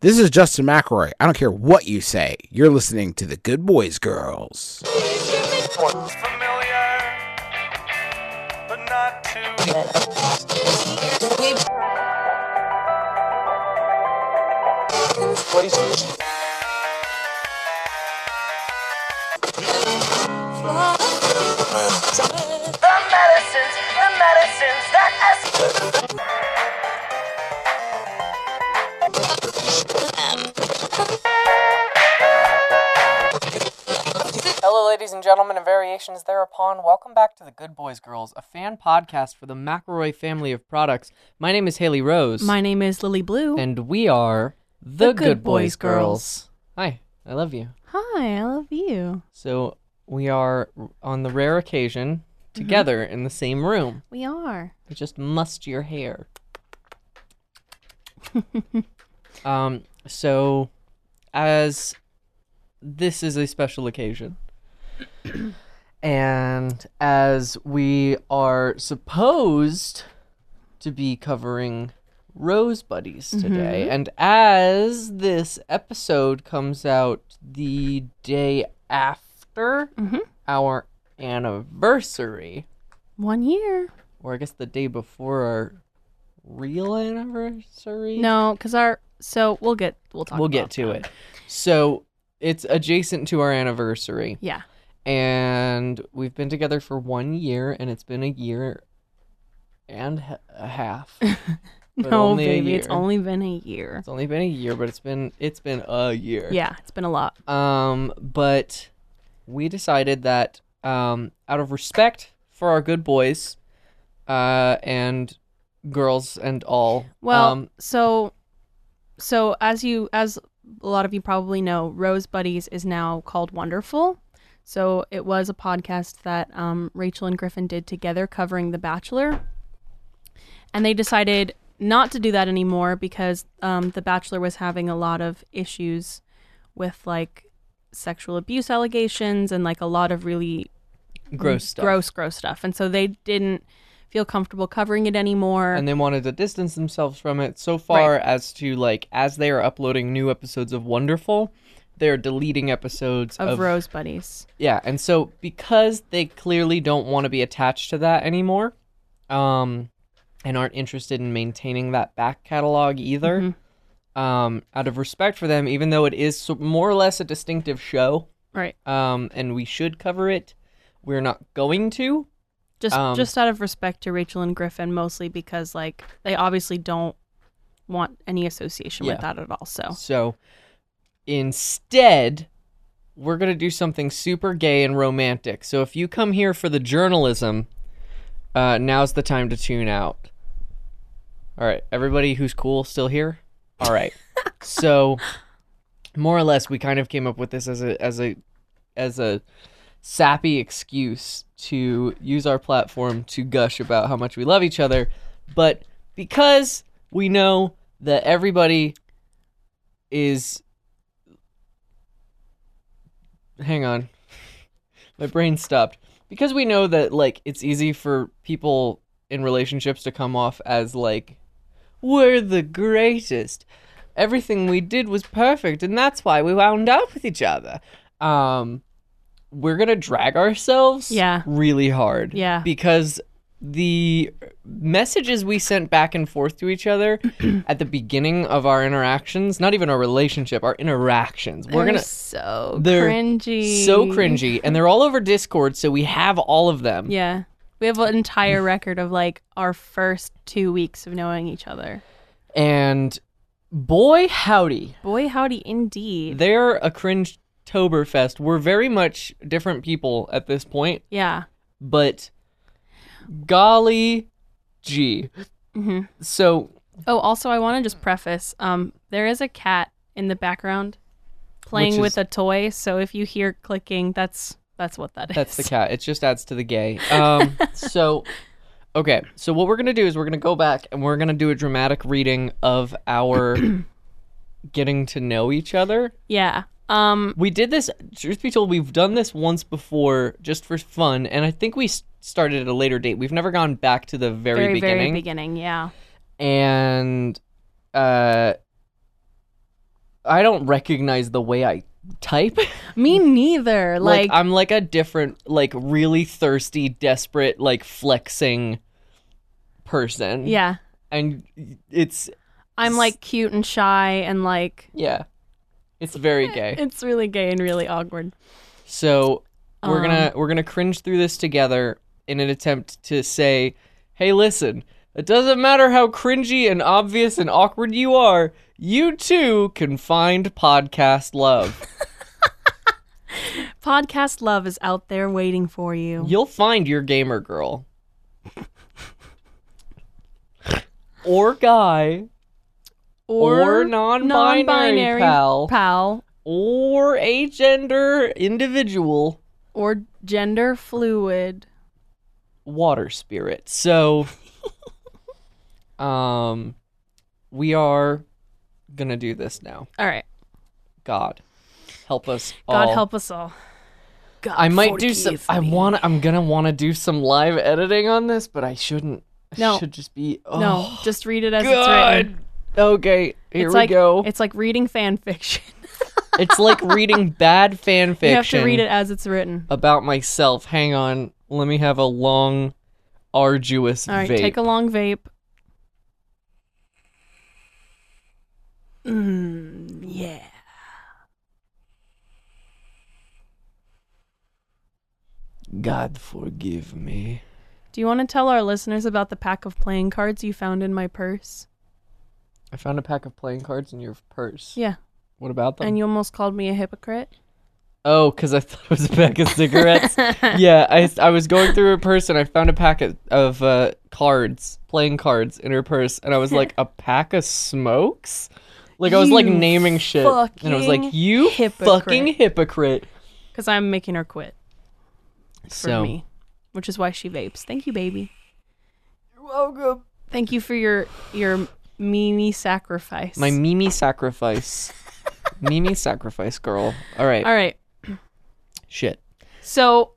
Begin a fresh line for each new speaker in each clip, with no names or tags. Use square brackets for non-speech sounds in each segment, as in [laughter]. This is Justin McElroy. I don't care what you say. You're listening to the Good Boys Girls.
familiar, but not too. The medicines, the medicines that us.
Hello, ladies and gentlemen, and variations thereupon. Welcome back to the Good Boys Girls, a fan podcast for the McElroy family of products. My name is Haley Rose.
My name is Lily Blue.
And we are the,
Good Boys Girls.
Hi, I love you.
Hi, I love you.
So we are on the rare occasion
Mm-hmm.
together in the same room.
We are.
I just must your hair. [laughs] um. So, as this is a special occasion, [clears throat] and as we are supposed to be covering Rose Buddies today, and as this episode comes out the day after our anniversary,
One year.
or I guess the day before our real anniversary.
No, because our so we'll get we'll talk.
we'll
about
get to
that.
it. So it's adjacent to our anniversary,
Yeah.
and we've been together for one year, and it's been a year and h- a
[laughs]
half. But
no,
only a
baby, it's
year.
only been a year.
It's only been a year, but it's been it's been a year.
Yeah, it's been a lot.
Um, but we decided that um, out of respect for our good boys, uh, and girls and all.
Well,
um,
so so as you as a lot of you probably know, Rose Buddies is now called Wonderful. So it was a podcast that um, Rachel and Griffin did together covering The Bachelor, and they decided not to do that anymore because um, The Bachelor was having a lot of issues with like sexual abuse allegations and like a lot of really
gross stuff.
gross gross stuff, and so they didn't feel comfortable covering it anymore.
and they wanted to distance themselves from it so far as to like as they are uploading new episodes of Wonderful, they're deleting episodes
of Rose Buddies.
Yeah, and so because they clearly don't want to be attached to that anymore, um, and aren't interested in maintaining that back catalog either, um, out of respect for them, even though it is so- more or less a distinctive show,
Right.
um, and we should cover it, we're not going to.
Just
Um,
just out of respect to Rachel and Griffin mostly because like they obviously don't want any association with
Yeah.
that at all. So
So instead, we're going to do something super gay and romantic. So if you come here for the journalism, uh, now's the time to tune out. All right. Everybody who's cool still here? All right. so more or less, we kind of came up with this as a, as a, as a sappy excuse to use our platform to gush about how much we love each other. But because we know that everybody is hang on my brain stopped because we know that like it's easy for people in relationships to come off as like we're the greatest everything we did was perfect and that's why we wound up with each other um we're gonna drag ourselves
Yeah.
really hard
Yeah.
because the messages we sent back and forth to each other at the beginning of our interactions not even our relationship our interactions we're gonna
Oh, so
they're
cringy.
so cringy and they're all over discord so we have all of them
Yeah. We have
[laughs]
an entire record of like our first two weeks of knowing each other.
and boy howdy
Boy howdy indeed.
they're a cringe toberfest we're very much different people at this point
yeah.
but golly gee
hmm
so
Oh, also I wanna just preface, um, there is a cat in the background playing
Which
with
is-
a toy, so if you hear clicking, that's that's what that is.
That's the cat. It just adds to the gay.
[laughs]
Um, so, okay. So what we're gonna do is we're gonna go back and we're gonna do a dramatic reading of
[clears throat]
our getting to know each other.
Yeah. Um
We did this. Truth be told, we've done this once before just for fun, and I think we s- started at a later date. We've never gone back to the very,
very,
beginning.
very beginning, yeah.
and uh, I don't recognize the way I type.
Me neither.
like,
Like,
I'm like a different, like really thirsty, desperate, like flexing person.
yeah,
and it's
I'm like cute and shy and like
yeah, it's very gay.
it's really gay and really awkward.
So we're gonna we're gonna cringe through this together in an attempt to say, hey, listen. It doesn't matter how cringy and obvious and awkward you are, you too can find podcast love.
Podcast love is out there waiting for you.
You'll find your gamer girl. or guy. Or non-binary pal.
pal.
Or a gender individual
Or gender fluid.
water spirit.
[laughs]
So um we are gonna do this now.
All right.
God. Help us
God
all.
help us all. God,
I might do some
forgive
I
me.
wanna I'm gonna wanna do some live editing on this, but I shouldn't. I
No.
should just be oh.
No, just read it as it's
God.
written.
Okay, here
it's
we
like,
go.
It's like reading fan fiction. [laughs]
It's like reading bad fan fiction
You have to read it as it's written.
about myself. Hang on, let me have a long, arduous
All right,
vape.
take a long vape. Mm, yeah.
God forgive me.
Do you want to tell our listeners about the pack of playing cards you found in my purse?
I found a pack of playing cards in your purse.
Yeah.
What about them?
And you almost called me a hypocrite.
oh, because I [laughs] thought it was a pack of
[laughs]
cigarettes. yeah, I, I was going through her purse and I found a packet of uh, cards, playing cards in her purse, and I was like,
[laughs]
a pack of smokes? Like I was like
You
naming shit, and I was like,
fucking
"You fucking hypocrite!"
Because I'm making her quit for
So
me, which is why she vapes. Thank you, baby. You're welcome. Thank you for your your Mimi sacrifice.
my Mimi sacrifice, Mimi sacrifice girl. All right,
All right.
shit,
So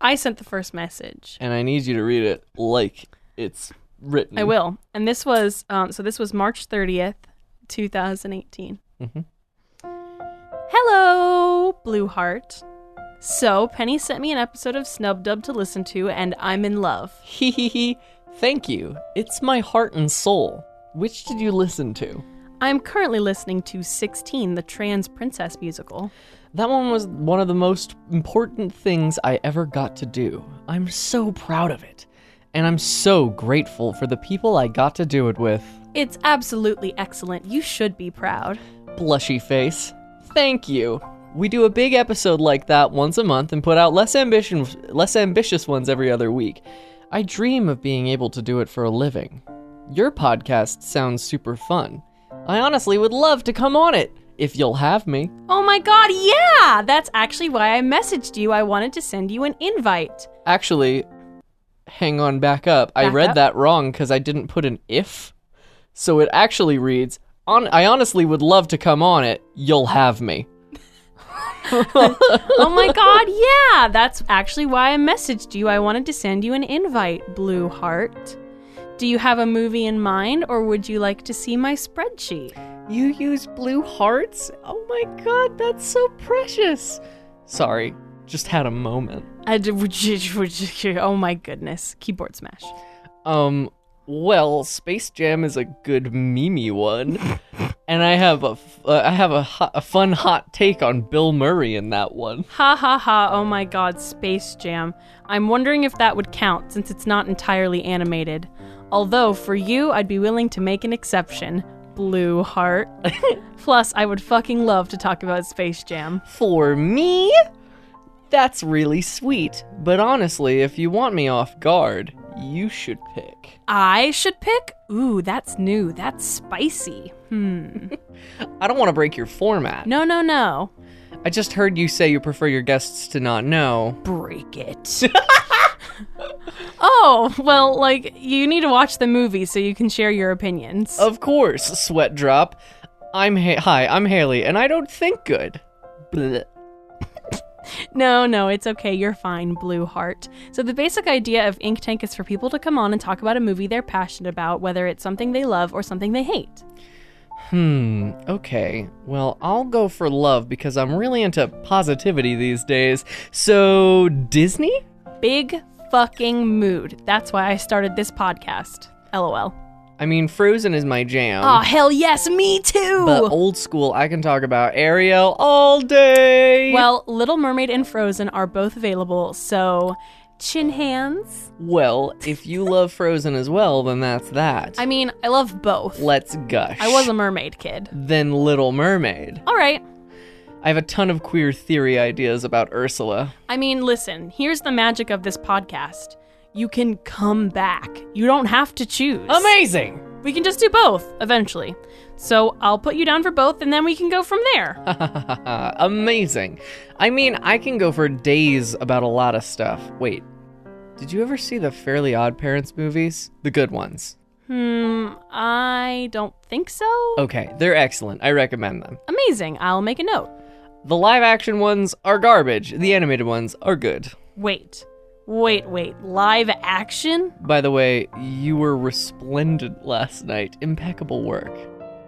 I sent the first message.
and I need you to read it like it's written.
I will. And this was um, so this was March 30th, 2018.
Mhm.
Hello, Blue Heart. So Penny sent me an episode of Snub Dub to listen to, and I'm in love.
Hee hee hee. Thank you. It's my heart and soul. Which did you listen to?
I'm currently listening to 16, the Trans Princess musical.
That one was one of the most important things I ever got to do. I'm so proud of it. And I'm so grateful for the people I got to do it with.
It's absolutely excellent. You should be proud.
Blushy face. Thank you. We do a big episode like that once a month and put out less ambition less ambitious ones every other week. I dream of being able to do it for a living. Your podcast sounds super fun. I honestly would love to come on it if you'll have me.
Oh my god, yeah! That's actually why I messaged you. I wanted to send you an invite.
Actually, hang on back up. I
Back
read
up?
that wrong because I didn't put an if. So it actually reads, on, I honestly would love to come on it. You'll have me.
oh my god, yeah! That's actually why I messaged you. I wanted to send you an invite, Blue Heart. Do you have a movie in mind, or would you like to see my spreadsheet?
You use blue hearts? Oh my god, that's so precious. Sorry, just had a moment.
I [laughs] d- oh my goodness. Keyboard smash.
Um, well, Space Jam is a good mimi one, and I have a f- uh, I have a, hot, a fun hot take on Bill Murray in that one.
Ha ha ha, oh my god, Space Jam. I'm wondering if that would count since it's not entirely animated. Although, for you, I'd be willing to make an exception. Blue [laughs] heart. Plus, I would fucking love to talk about Space Jam.
For me? That's really sweet. But honestly, if you want me off guard, you should pick.
I should pick? Ooh, that's new. That's spicy. Hmm.
I don't want to break your format.
No, no, no.
I just heard you say you prefer your guests to not know.
Break it. oh, well, like, you need to watch the movie so you can share your opinions.
Of course, sweat drop. I'm ha- hi, I'm Haley, and I don't think good. Blech.
No, no, it's okay. You're fine, Blue Heart. So, the basic idea of Ink Tank is for people to come on and talk about a movie they're passionate about, whether it's something they love or something they hate.
Hmm, okay. Well, I'll go for love because I'm really into positivity these days. So, Disney?
Big fucking mood. That's why I started this podcast. LOL.
I mean, Frozen is my jam.
oh, hell yes, me too.
Um, but old school, I can talk about Ariel all day.
well, Little Mermaid and Frozen are both available, so chin hands.
well, if you love Frozen as well, then that's that.
I mean, I love both.
Let's gush.
I was a mermaid kid.
Then Little Mermaid.
All right.
I have a ton of queer theory ideas about Ursula.
I mean, listen, here's the magic of this podcast. You can come back. You don't have to choose.
Oh Amazing!
We can just do both eventually. So I'll put you down for both and then we can go from there.
Uh, Amazing. I mean, I can go for days about a lot of stuff. Wait, did you ever see the Fairly Odd Parents movies? The good ones.
hmm, I don't think so.
Okay, they're excellent. I recommend them.
Amazing. I'll make a note.
The live action ones are garbage, the animated ones are good.
Wait. Wait, wait. Live action?
By the way, you were resplendent last night. Impeccable work.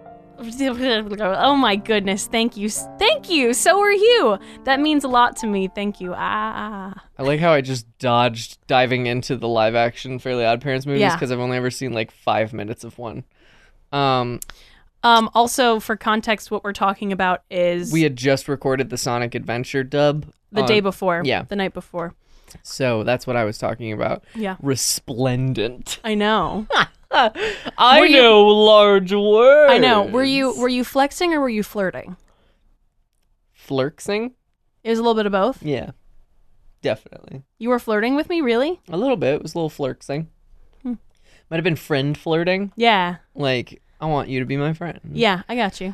[laughs] Oh my goodness. Thank you. Thank you. So are you. That means a lot to me. Thank you. Ah.
I like how I just dodged diving into the live action Fairly Odd Parents movies
Yeah.
because I've only ever seen like five minutes of one. Um,
Um also for context what we're talking about is
we had just recorded the Sonic Adventure dub
the
on-
day before.
yeah.
The night before.
So that's what I was talking about.
Yeah.
Resplendent.
I know.
I
Were you-
know large words.
I know. Were you were you flexing or were you flirting?
flirting?
It was a little bit of both.
Yeah, definitely.
You were flirting with me, really?
A little bit. It was a little flirting.
Hmm.
Might have been friend flirting.
Yeah.
Like I want you to be my friend.
Yeah, I got you.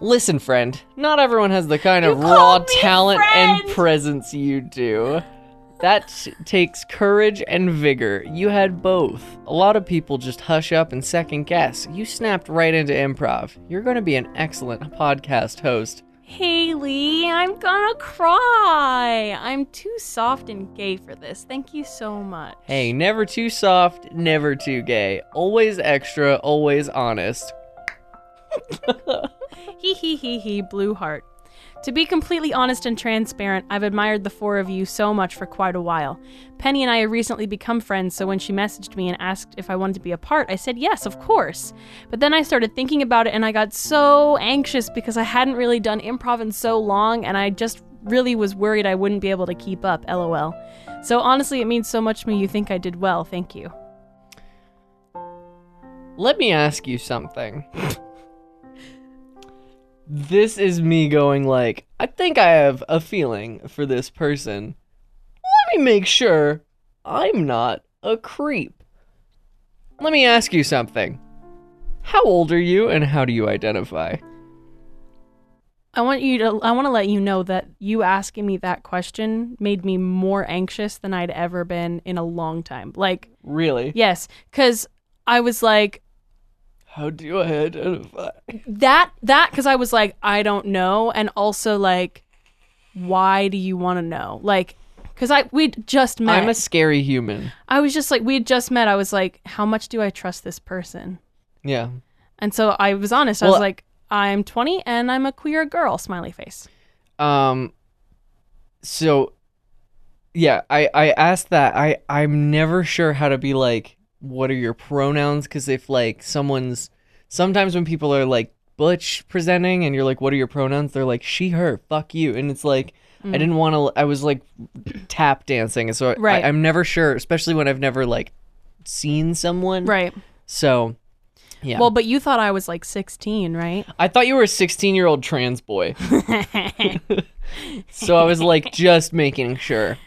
Listen, friend. Not everyone has the kind of
You
raw
called me
talent and
friend!
presence you do. That takes courage and vigor. You had both. A lot of people just hush up and second guess. You snapped right into improv. You're going to be an excellent podcast host.
Haley, I'm gonna cry. I'm too soft and gay for this. Thank you so much.
Hey, never too soft, never too gay. Always extra, always honest.
He he he he, blue heart. To be completely honest and transparent, I've admired the four of you so much for quite a while. Penny and I have recently become friends, so when she messaged me and asked if I wanted to be a part, I said yes, of course. But then I started thinking about it and I got so anxious because I hadn't really done improv in so long and I just really was worried I wouldn't be able to keep up, lol. So honestly, it means so much to me you think I did well, thank you.
Let me ask you something. this is me going like, I think I have a feeling for this person. Let me make sure I'm not a creep. Let me ask you something. How old are you and how do you identify?
I want you to I want to let you know that you asking me that question made me more anxious than I'd ever been in a long time. Like,
Really?
yes, cuz I was like
How do I identify?
that that cuz I was like I don't know and also like why do you want to know? Like cuz I we'd just met.
I'm a scary human.
I was just like we had just met. I was like how much do I trust this person?
Yeah.
And so I was honest. I
Well-
was like I'm 20 and I'm a queer girl smiley face.
Um so yeah, I I asked that. I I'm never sure how to be like what are your pronouns cuz if like someone's sometimes when people are like butch presenting and you're like what are your pronouns? They're like she her, fuck you. And it's like
Mm.
I didn't want to I was like tap dancing. And so I-
Right.
I, I'm never sure, especially when I've never like seen someone.
Right.
So yeah.
Well, but you thought I was like 16, right?
I thought you were a 16 year old trans boy. so I was
[laughs]
like, just making sure.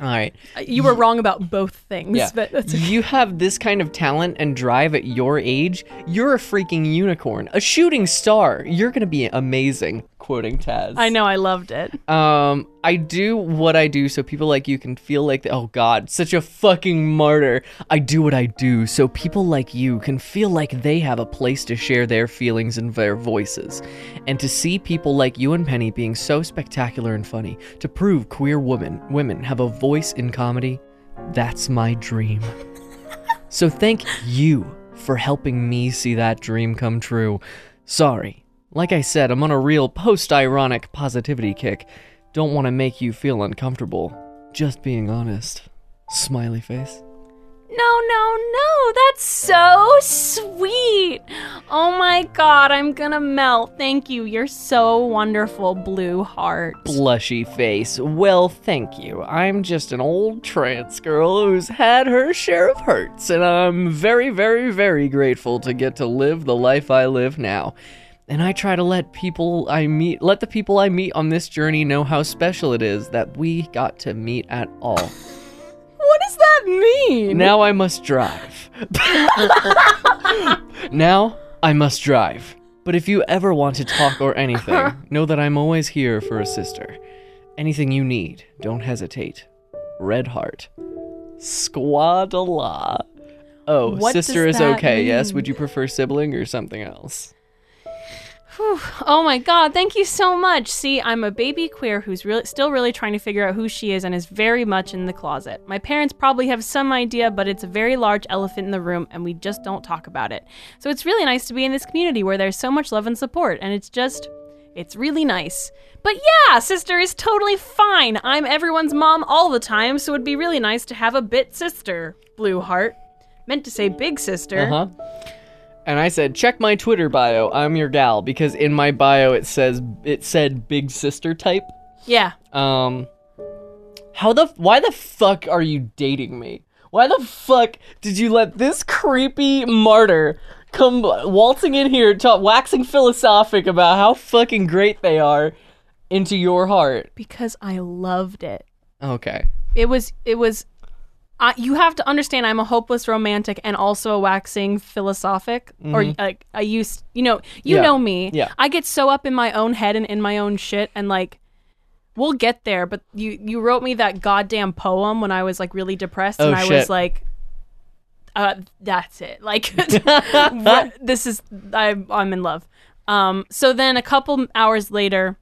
All right.
You were wrong about both things,
Yeah.
but that's
You have this kind of talent and drive at your age. You're a freaking unicorn, a shooting star. You're going to be amazing, quoting Taz.
I know I loved it.
Um, I do what I do so people like you can feel like, oh God, such a fucking martyr. I do what I do so people like you can feel like they have a place to share their feelings and their voices. And to see people like you and Penny being so spectacular and funny, to prove queer women women have a voice in comedy, that's my dream. so thank you for helping me see that dream come true. Sorry. Like I said, I'm on a real post ironic positivity kick. Don't want to make you feel uncomfortable. Just being honest. Smiley face.
No, no, no. That's so sweet. Oh my god, I'm gonna melt. Thank you. You're so wonderful, blue heart.
Blushy face. Well, thank you. I'm just an old trance girl who's had her share of hurts, and I'm very, very, very grateful to get to live the life I live now. And I try to let people I meet, let the people I meet on this journey know how special it is that we got to meet at all.
What does that mean?
Now I must
[laughs]
drive. now I must drive. But if you ever want to talk or
[laughs]
anything, know that I'm always here for a sister. Anything you need, don't hesitate. Red Heart. Squadala. Oh,
What does
sister is
that
okay, yes?
mean?
Would you prefer sibling or something else?
Whew. Oh my god, thank you so much. See, I'm a baby queer who's really still really trying to figure out who she is and is very much in the closet. My parents probably have some idea, but it's a very large elephant in the room and we just don't talk about it. So it's really nice to be in this community where there's so much love and support and it's just it's really nice. But yeah, sister is totally fine. I'm everyone's mom all the time, so it'd be really nice to have a bit sister, blue heart. Meant to say big sister.
Uh huh. And I said, check my Twitter bio. I'm your gal because in my bio it says it said big sister type.
Yeah.
Um, how the why the fuck are you dating me? Why the fuck did you let this creepy martyr come waltzing in here, ta- waxing philosophic about how fucking great they are into your heart?
Because I loved it.
Okay.
it was it was I you have to understand i'm a hopeless romantic and also a waxing philosophic or like i used you know
Mm-hmm.
you
Yeah.
know me
Yeah.
i get so up in my own head and in my own shit and like we'll get there but you you wrote me that goddamn poem when i was like really depressed
Oh,
and i was
shit.
like uh that's
[laughs]
it like [laughs] what- this is I, i'm in love um so then a couple hours later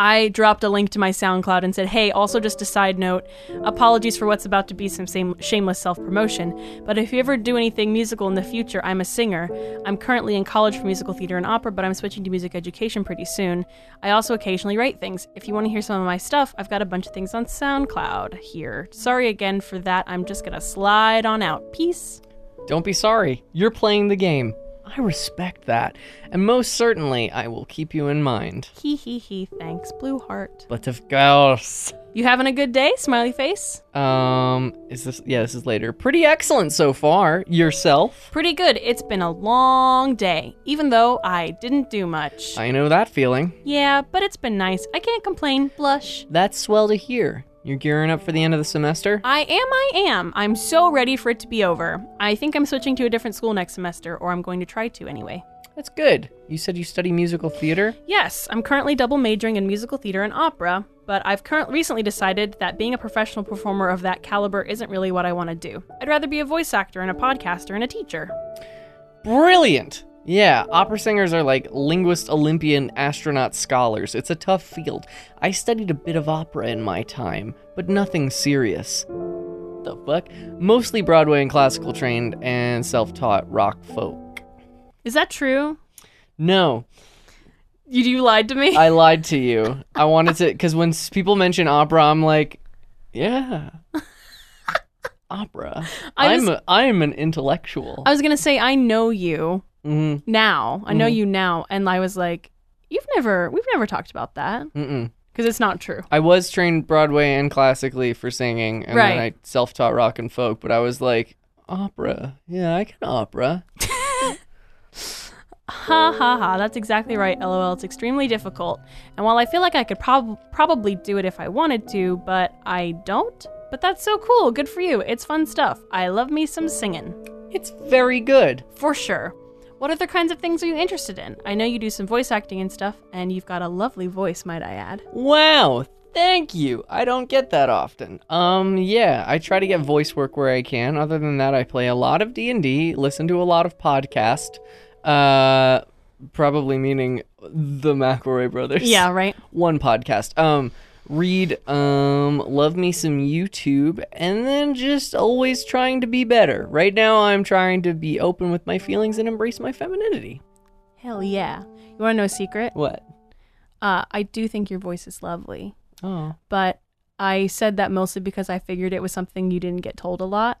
I dropped a link to my SoundCloud and said, "Hey, also just a side note, apologies for what's about to be some same shameless self-promotion, but if you ever do anything musical in the future, I'm a singer. I'm currently in college for musical theater and opera, but I'm switching to music education pretty soon. I also occasionally write things. If you want to hear some of my stuff, I've got a bunch of things on SoundCloud here. Sorry again for that. I'm just going to slide on out. Peace."
Don't be sorry. You're playing the game. I respect that, and most certainly I will keep you in mind.
Hee hee hee. Thanks, Blue Heart.
But of course.
You having a good day? Smiley face.
Um, is this? Yeah, this is later. Pretty excellent so far. Yourself?
Pretty good. It's been a long day, even though I didn't do much.
I know that feeling.
yeah, but it's been nice. I can't complain. Blush.
That's swell to hear. You're gearing up for the end of the semester?
I am, I am. I'm so ready for it to be over. I think I'm switching to a different school next semester, or I'm going to try to anyway.
That's good. You said you study musical theater?
Yes, I'm currently double majoring in musical theater and opera, but I've current recently decided that being a professional performer of that caliber isn't really what I want to do. I'd rather be a voice actor and a podcaster and a teacher.
Brilliant! Yeah, opera singers are like linguist, Olympian, astronaut scholars. It's a tough field. I studied a bit of opera in my time, but nothing serious. The fuck? Mostly Broadway and classical trained and self taught rock folk.
Is that true?
No,
You, you lied to me.
I lied to you. I wanted to because when s- people mention opera, I'm like,
[laughs]
yeah, opera.
I
I'm
was-
a, I'm an intellectual.
I was gonna say I know you.
Mm,
now. I know
Mhm.
you now. And I was like, you've never, we've never talked about that
mm-mm.
because it's not true.
I was trained Broadway and classically for singing, and then I
Right.
self-taught rock and folk. But I was like, opera. Yeah, I can opera.
Ha ha ha. That's exactly right. LOL. It's extremely difficult. And while I feel like I could prob- probably do it if I wanted to, but I don't. But that's so cool. Good for you. It's fun stuff. I love me some singing.
It's very good.
For sure. What other kinds of things are you interested in? I know you do some voice acting and stuff, and you've got a lovely voice, might I add.
Wow. Thank you. I don't get that often. Um yeah, I try to get voice work where I can. Other than that, I play a lot of D&D, listen to a lot of podcast. Uh probably meaning the McElroy brothers. [laughs]
Yeah, right?
One podcast. Um read um love me some youtube and then just always trying to be better right now i'm trying to be open with my feelings and embrace my femininity
Hell yeah. You want to know a secret?
what
Uh, I do think your voice is lovely,
oh
but I said that mostly because I figured it was something you didn't get told a lot.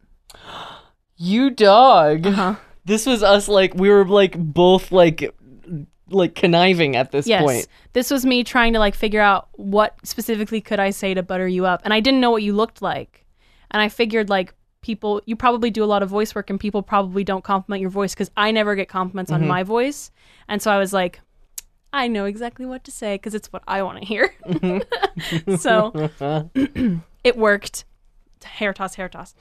you dog
huh.
this was us like we were like both like like conniving at this
yes.
point
This was me trying to like figure out what specifically could I say to butter you up, and I didn't know what you looked like, and I figured like people you probably do a lot of voice work and people probably don't compliment your voice because i never get compliments on my voice and so i was like i know exactly what to say because it's what i want to hear [laughs] so it worked hair toss hair toss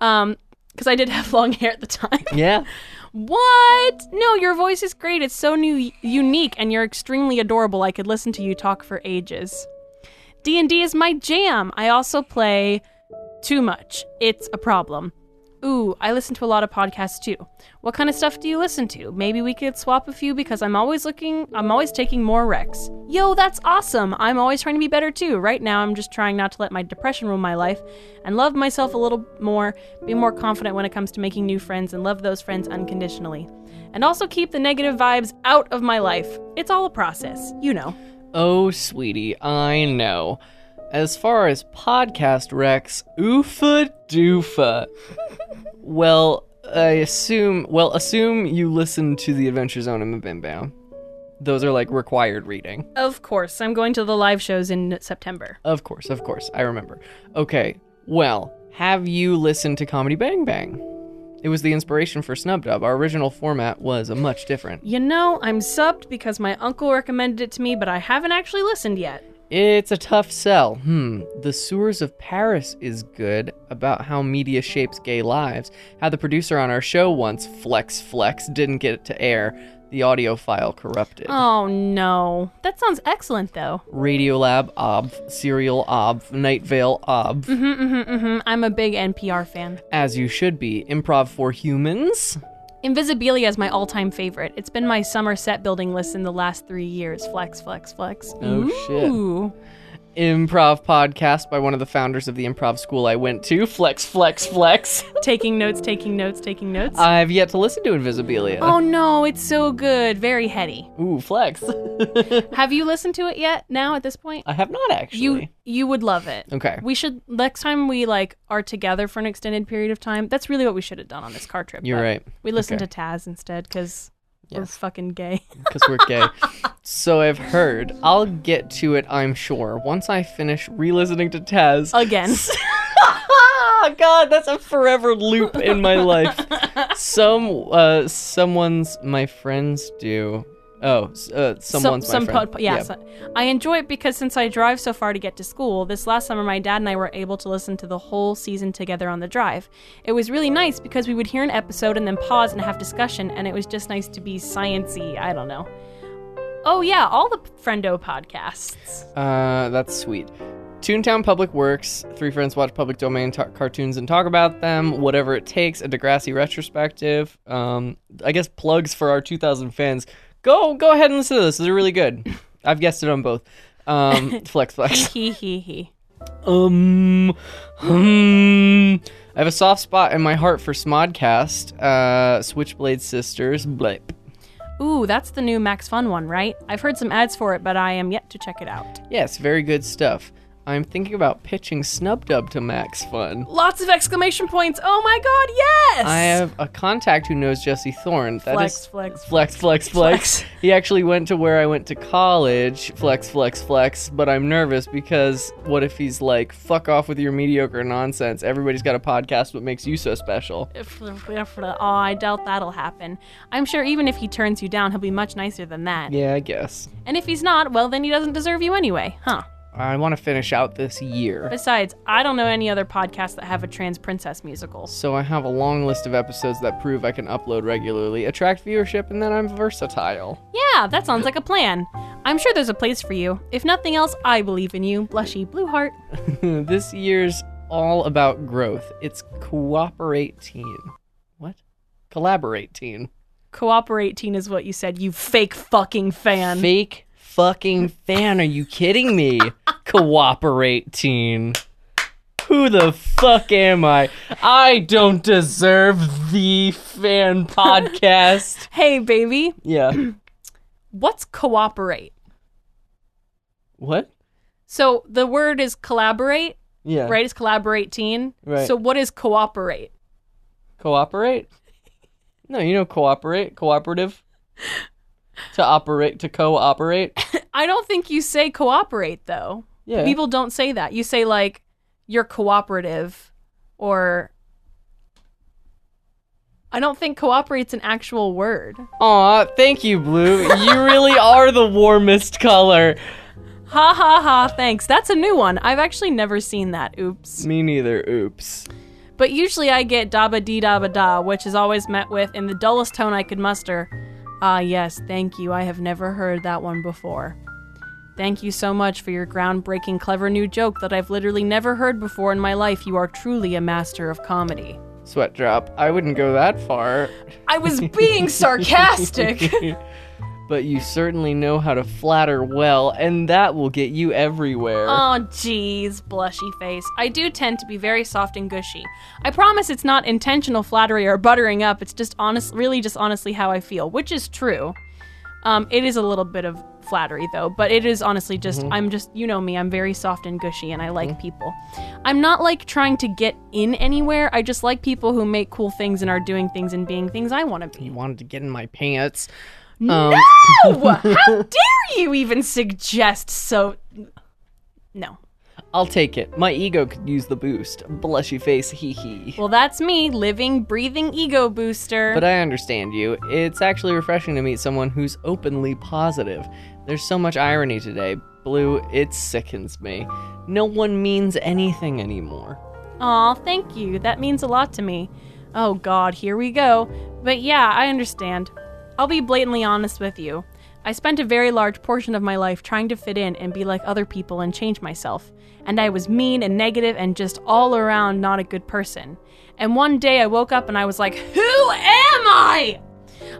um because i did have long hair at the time
yeah
what? No, your voice is great. It's so new, unique, and you're extremely adorable. I could listen to you talk for ages. D and D is my jam. I also play too much. It's a problem. Ooh, I listen to a lot of podcasts too. What kind of stuff do you listen to? Maybe we could swap a few because I'm always looking. I'm always taking more recs. Yo, that's awesome. I'm always trying to be better too. Right now, I'm just trying not to let my depression rule my life and love myself a little more, be more confident when it comes to making new friends, and love those friends unconditionally. And also keep the negative vibes out of my life. It's all a process, you know.
Oh, sweetie, I know. As far as podcast Rex, oofa doofa. well, I assume. Well, assume you listen to the Adventure Zone and Bim Bam. Those are like required reading.
Of course, I'm going to the live shows in September.
Of course, of course, I remember. Okay, well, have you listened to Comedy Bang Bang? It was the inspiration for Snub Dub. Our original format was a much different.
You know, I'm subbed because my uncle recommended it to me, but I haven't actually listened yet.
It's a tough sell. Hmm. The Sewers of Paris is good about how media shapes gay lives. How the producer on our show once, Flex Flex, didn't get it to air. The audio file corrupted.
Oh no. That sounds excellent though.
Radiolab ob, Serial ob, Night Vale ob,
hmm I'm a big NPR fan.
as you should be. Improv for humans.
Invisibilia is my all time favorite. It's been my summer set building list in the last three years. Flex, flex, flex.
Oh, shit.
Ooh.
Improv podcast by one of the founders of the improv school I went to, Flex Flex
[laughs]
Flex.
Taking notes, taking notes, taking notes.
I've yet to listen to Invisibilia.
oh no, it's so good. Very heady.
Ooh, Flex.
Have you listened to it yet now at this point?
I have not actually.
You you would love it.
Okay.
We should next time we like are together for an extended period of time. That's really what we should have done on this car trip.
You're
but
right.
We listened to Taz instead because we're
Yes.
fucking gay. [laughs]
because we're gay. so I've heard. I'll get to it, I'm sure, once I finish re listening to Taz.
Again.
[laughs]
[laughs]
God, that's a forever loop in my life. Some, uh, someone's my friends do. Oh, s- uh, someone's
some,
my friend.
pod- yeah, so- I enjoy it because since I drive so far to get to school, this last summer my dad and I were able to listen to the whole season together on the drive. It was really nice because we would hear an episode and then pause and have discussion, and it was just nice to be sciency. I don't know. Oh yeah, all the friendo podcasts.
Uh, that's sweet. Toontown Public Works, Three Friends Watch Public Domain ta- cartoons and talk about them, whatever it takes, a Degrassi retrospective. Um, I guess plugs for our 2000 fans. Go go ahead and listen to this. They're really good. I've guessed it on both. Um, flex flex.
Hee hee hee.
Um, hmm. I have a soft spot in my heart for Smodcast, uh, Switchblade Sisters, blip.
Ooh, that's the new Max Fun one, right? I've heard some ads for it, but I am yet to check it out.
Yes, very good stuff. I'm thinking about pitching Snub Dub to Max Fun.
Lots of exclamation points! Oh my god, yes!
I have a contact who knows Jesse Thorne. That
Flex,
is-
flex,
flex, flex, flex.
flex.
He actually went to where I went to college. Flex, flex, flex. But I'm nervous because what if he's like, "Fuck off with your mediocre nonsense. Everybody's got a podcast. What makes you so special?"
Oh, I doubt that'll happen. I'm sure even if he turns you down, he'll be much nicer than that.
Yeah, I guess.
And if he's not, well, then he doesn't deserve you anyway, huh?
I want to finish out this year.
Besides, I don't know any other podcasts that have a trans princess musical.
So I have a long list of episodes that prove I can upload regularly, attract viewership, and then I'm versatile.
Yeah, that sounds like a plan. I'm sure there's a place for you. If nothing else, I believe in you. Blushy Blue Heart.
Hmm, this year's all about growth. It's cooperate teen. What? Collaborate teen.
Cooperate teen is what you said, you fake fucking fan. [laughs]
Fake fucking fan. Are you kidding me? Cooperate, teen. Who the fuck am I? I don't deserve the
[laughs]
fan podcast.
Hey, baby,
Yeah.
what's cooperate?
What?
So the word is collaborate,
Yeah.
right? It's collaborate teen.
Right.
So what is cooperate?
Cooperate? No, you know cooperate,
[laughs]
cooperative. To operate, to cooperate.
I don't think you say cooperate though.
Yeah.
People don't say that. You say like you're cooperative or I don't think cooperate's an actual word.
Aw, thank you, Blue. You really are the warmest color.
Ha ha ha, thanks. That's a new one. I've actually never seen that. Oops.
Me neither. Oops.
But usually I get daba dee daba da, which is always met with in the dullest tone I could muster. Ah, yes, thank you. I have never heard that one before. Thank you so much for your groundbreaking, clever new joke that I've literally never heard before in my life. You are truly a master of comedy.
Sweat drop. I wouldn't go that far.
I was being sarcastic.
but you certainly know how to flatter well, and that will get you everywhere.
Oh, jeez, blushy face. I do tend to be very soft and gushy. I promise it's not intentional flattery or buttering up. It's just honest, really just honestly how I feel, which is true. Um, it is a little bit of flattery though, but it is honestly just I'm just you know me. I'm very soft and gushy, and I like people. I'm not like trying to get in anywhere. I just like people who make cool things and are doing things and being things I want to
[laughs]
be.
you wanted to get in my pants. Um,
No, how dare you even suggest so? No.
I'll take it. My ego could use the boost. Blushy face, hee hee.
Well, that's me, living, breathing ego booster.
But I understand you. It's actually refreshing to meet someone who's openly positive. There's so much irony today. Blue, it sickens me. No one means anything anymore.
Aw, thank you. That means a lot to me. Oh, God, here we go. But yeah, I understand. I'll be blatantly honest with you. I spent a very large portion of my life trying to fit in and be like other people and change myself. And I was mean and negative and just all around not a good person. And one day I woke up and I was like, Who am I?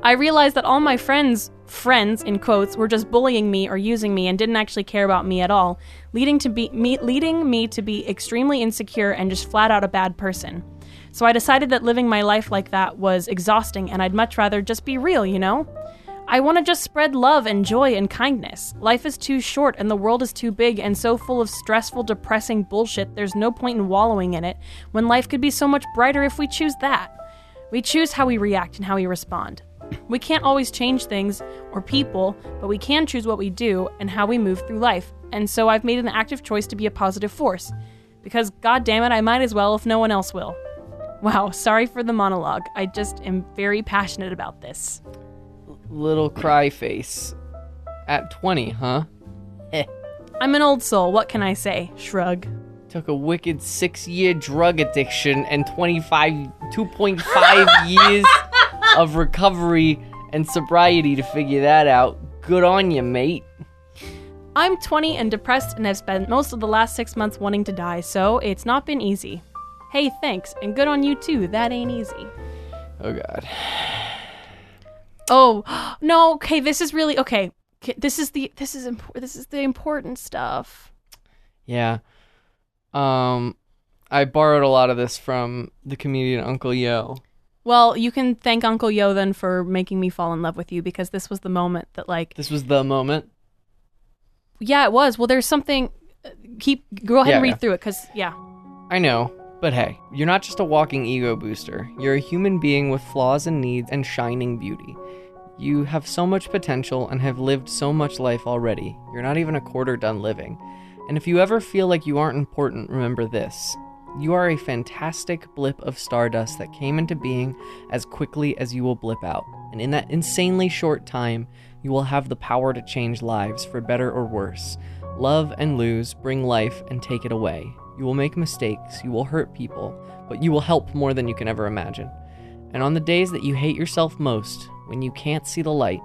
I realized that all my friends, friends in quotes, were just bullying me or using me and didn't actually care about me at all, leading to be me, leading me to be extremely insecure and just flat out a bad person. So I decided that living my life like that was exhausting and I'd much rather just be real, you know? I want to just spread love and joy and kindness. Life is too short and the world is too big and so full of stressful, depressing bullshit, there's no point in wallowing in it when life could be so much brighter if we choose that. We choose how we react and how we respond. We can't always change things or people, but we can choose what we do and how we move through life. And so I've made an active choice to be a positive force. Because, god damn it, I might as well if no one else will. Wow, sorry for the monologue. I just am very passionate about this.
Little cry face. At 20, huh?
I'm an old soul, what can I say? Shrug.
Took a wicked six year drug addiction and 25, 2.5 years of recovery and sobriety to figure that out. Good on you, mate.
I'm 20 and depressed and have spent most of the last six months wanting to die, so it's not been easy. Hey, thanks, and good on you too, that ain't easy.
Oh, God.
Oh no! Okay, this is really okay. K- This is the this is imp- this is the important stuff.
Yeah. Um, I borrowed a lot of this from the comedian Uncle Yo.
Well, you can thank Uncle Yo then for making me fall in love with you because this was the moment that like
This was the moment.
yeah it was. Well, there's something. uh, Keep go ahead and
Yeah,
read
yeah.
through it because yeah.
I know, but hey, you're not just a walking ego booster. You're a human being with flaws and needs and shining beauty. You have so much potential and have lived so much life already. You're not even a quarter done living. And if you ever feel like you aren't important, remember this. You are a fantastic blip of stardust that came into being as quickly as you will blip out. And in that insanely short time, you will have the power to change lives for better or worse. Love and lose, bring life and take it away. You will make mistakes, you will hurt people, but you will help more than you can ever imagine. And on the days that you hate yourself most, when you can't see the light,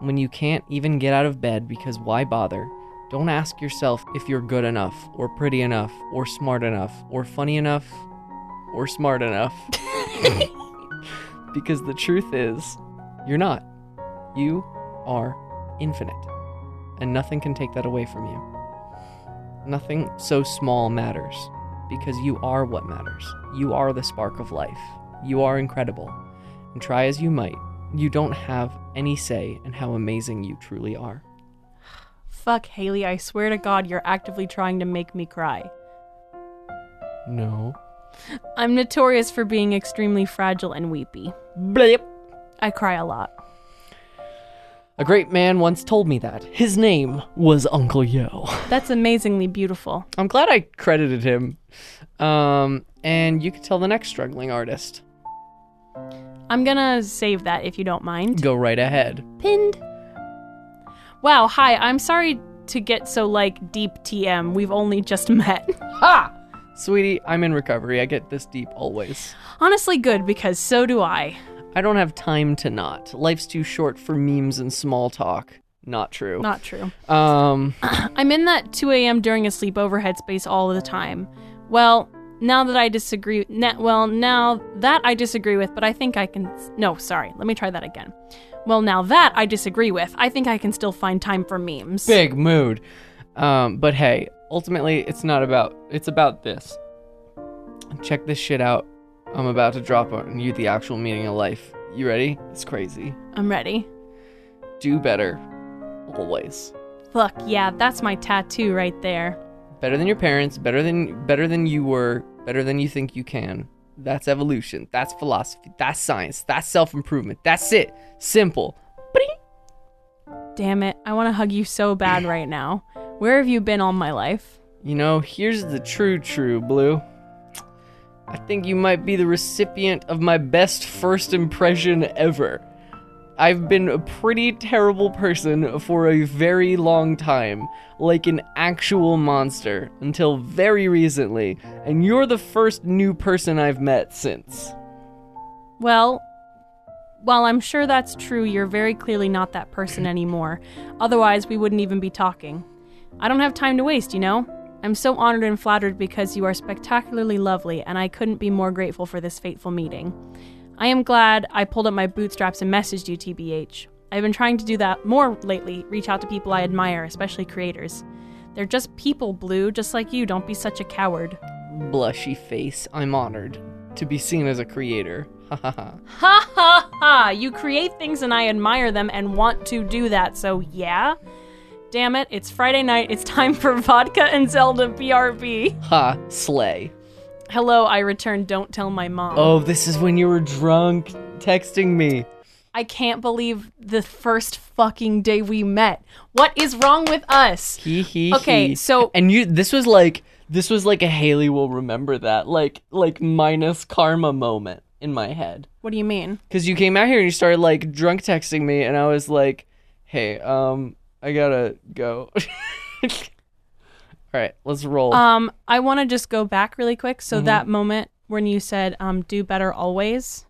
when you can't even get out of bed because why bother? Don't ask yourself if you're good enough, or pretty enough, or smart enough, or funny enough, or smart enough. because the truth is, you're not. You are infinite, and nothing can take that away from you. Nothing so small matters because you are what matters. You are the spark of life. You are incredible. And try as you might, you don't have any say in how amazing you truly are.
Fuck, Haley, I swear to God, you're actively trying to make me cry.
No.
I'm notorious for being extremely fragile and weepy.
Blip.
I cry a lot.
A great man once told me that. His name was Uncle Yo.
That's amazingly beautiful.
I'm glad I credited him. Um, and you can tell the next struggling artist.
I'm gonna save that if you don't mind.
Go right ahead.
Pinned. Wow, hi, I'm sorry to get so like deep TM. We've only just [laughs] met.
Ha! Sweetie, I'm in recovery. I get this deep always.
Honestly, good because so do I.
I don't have time to not. Life's too short for memes and small talk. Not true.
Not true. [clears throat]
um,
I'm in that 2 a.m. during a sleepover headspace all the time. Well, now that I disagree, na- well, now that I disagree with, but I think I can. No, sorry. Let me try that again. Well, now that I disagree with, I think I can still find time for memes.
big mood. Um, but hey, ultimately, it's not about. It's about this. Check this shit out. I'm about to drop on you the actual meaning of life. You ready? It's crazy.
I'm ready.
Do better. Always.
Look, yeah, that's my tattoo right there.
Better than your parents. Better than better than you were. Better than you think you can. That's evolution. That's philosophy. That's science. That's self improvement. That's it. Simple.
Damn it, I want to hug you so bad right now. Where have you been all my life?
You know, here's the true, true, Blue. I think you might be the recipient of my best first impression ever. I've been a pretty terrible person for a very long time, like an actual monster, until very recently, and you're the first new person I've met since.
Well, while I'm sure that's true, you're very clearly not that person anymore. Otherwise, we wouldn't even be talking. I don't have time to waste, you know? I'm so honored and flattered because you are spectacularly lovely, and I couldn't be more grateful for this fateful meeting. I am glad I pulled up my bootstraps and messaged you, TBH. I've been trying to do that more lately, reach out to people I admire, especially creators. They're just people, Blue, just like you. Don't be such a coward.
Blushy face, I'm honored to be seen as a creator. [laughs] Ha ha ha.
Ha ha ha! You create things and I admire them and want to do that, so yeah? Damn it, it's Friday night, it's time for [laughs] vodka and Zelda BRB.
Ha, slay.
Hello, I returned, don't tell my mom.
Oh, this is when you were drunk texting me.
I can't believe the first fucking day we met. What is wrong with us?
Hee hee.
Okay,
hee.
so-
and you this was like this was like a Haley will remember that like like minus karma moment in my head
What do you mean?
because you came out here and you started like drunk texting me and I was like, hey, um, I gotta go. [laughs] All right, let's roll.
Um, I want to just go back really quick. So that moment when you said, um, "Do better always,"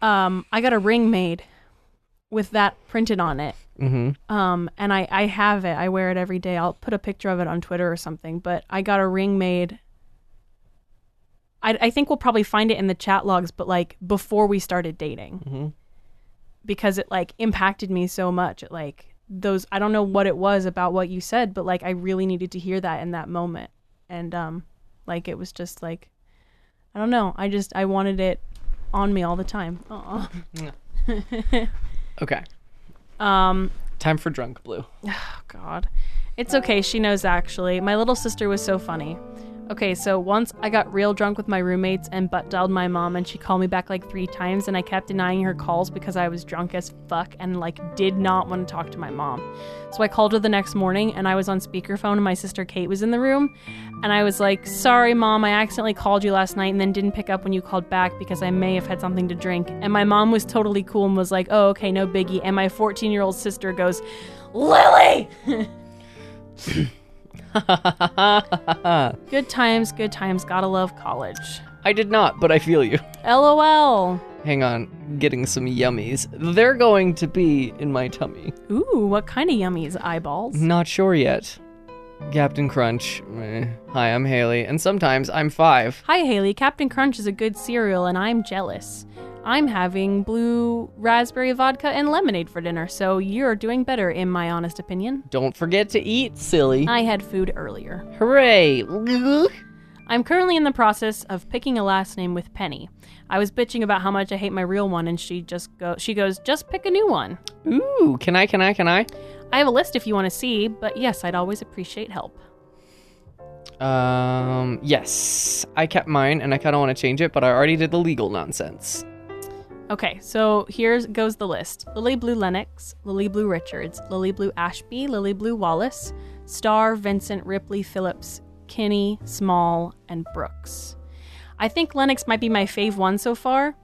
um, I got a ring made with that printed on it.
mm-hmm.
Um, and I I have it. I wear it every day. I'll put a picture of it on Twitter or something. But I got a ring made. I I think we'll probably find it in the chat logs, but like before we started dating,
Mhm.
because it like impacted me so much. It like those I don't know what it was about what you said, but like I really needed to hear that in that moment, and um, like it was just like, I don't know. I just I wanted it on me all the time. Aw.
Okay,
Um,
time for drunk blue. [laughs]
Oh, God. It's okay, she knows actually. My little sister was so funny. Okay, so once I got real drunk with my roommates and butt dialed my mom, and she called me back like three times, and I kept denying her calls because I was drunk as fuck and like did not want to talk to my mom. So I called her the next morning, and I was on speakerphone, and my sister Kate was in the room, and I was like, Sorry, mom, I accidentally called you last night and then didn't pick up when you called back because I may have had something to drink. And my mom was totally cool and was like, Oh, okay, no biggie. And my 14 year old sister goes, Lily!
I
Good times, good times. Gotta love college.
did not, but I feel you.
LOL.
Hang on, getting some yummies. They're going to be in my tummy.
Ooh, what kind of yummies? Eyeballs.
Not sure yet. Captain Crunch. eh. Hi, I'm Haley, and sometimes I'm five.
Hi, Haley. Captain Crunch is a good cereal, and I'm jealous. I'm having blue raspberry vodka and lemonade for dinner, so you're doing better, in my honest opinion.
Don't forget to eat, silly.
I had food earlier.
Hooray!
I'm currently in the process of picking a last name with Penny. I was bitching about how much I hate my real one, and she just go she goes, just pick a new one.
Ooh, can I? Can I? Can I?
I have a list if you want to see, but yes, I'd always appreciate help.
Um, yes, I kept mine, and I kind of want to change it, but I already did the legal nonsense.
Okay, so here goes the list Lily Blue Lennox, Lily Blue Richards, Lily Blue Ashby, Lily Blue Wallace, Starr, Vincent, Ripley, Phillips, Kinney, Small, and Brooks. I think Lennox might be my fave one so far.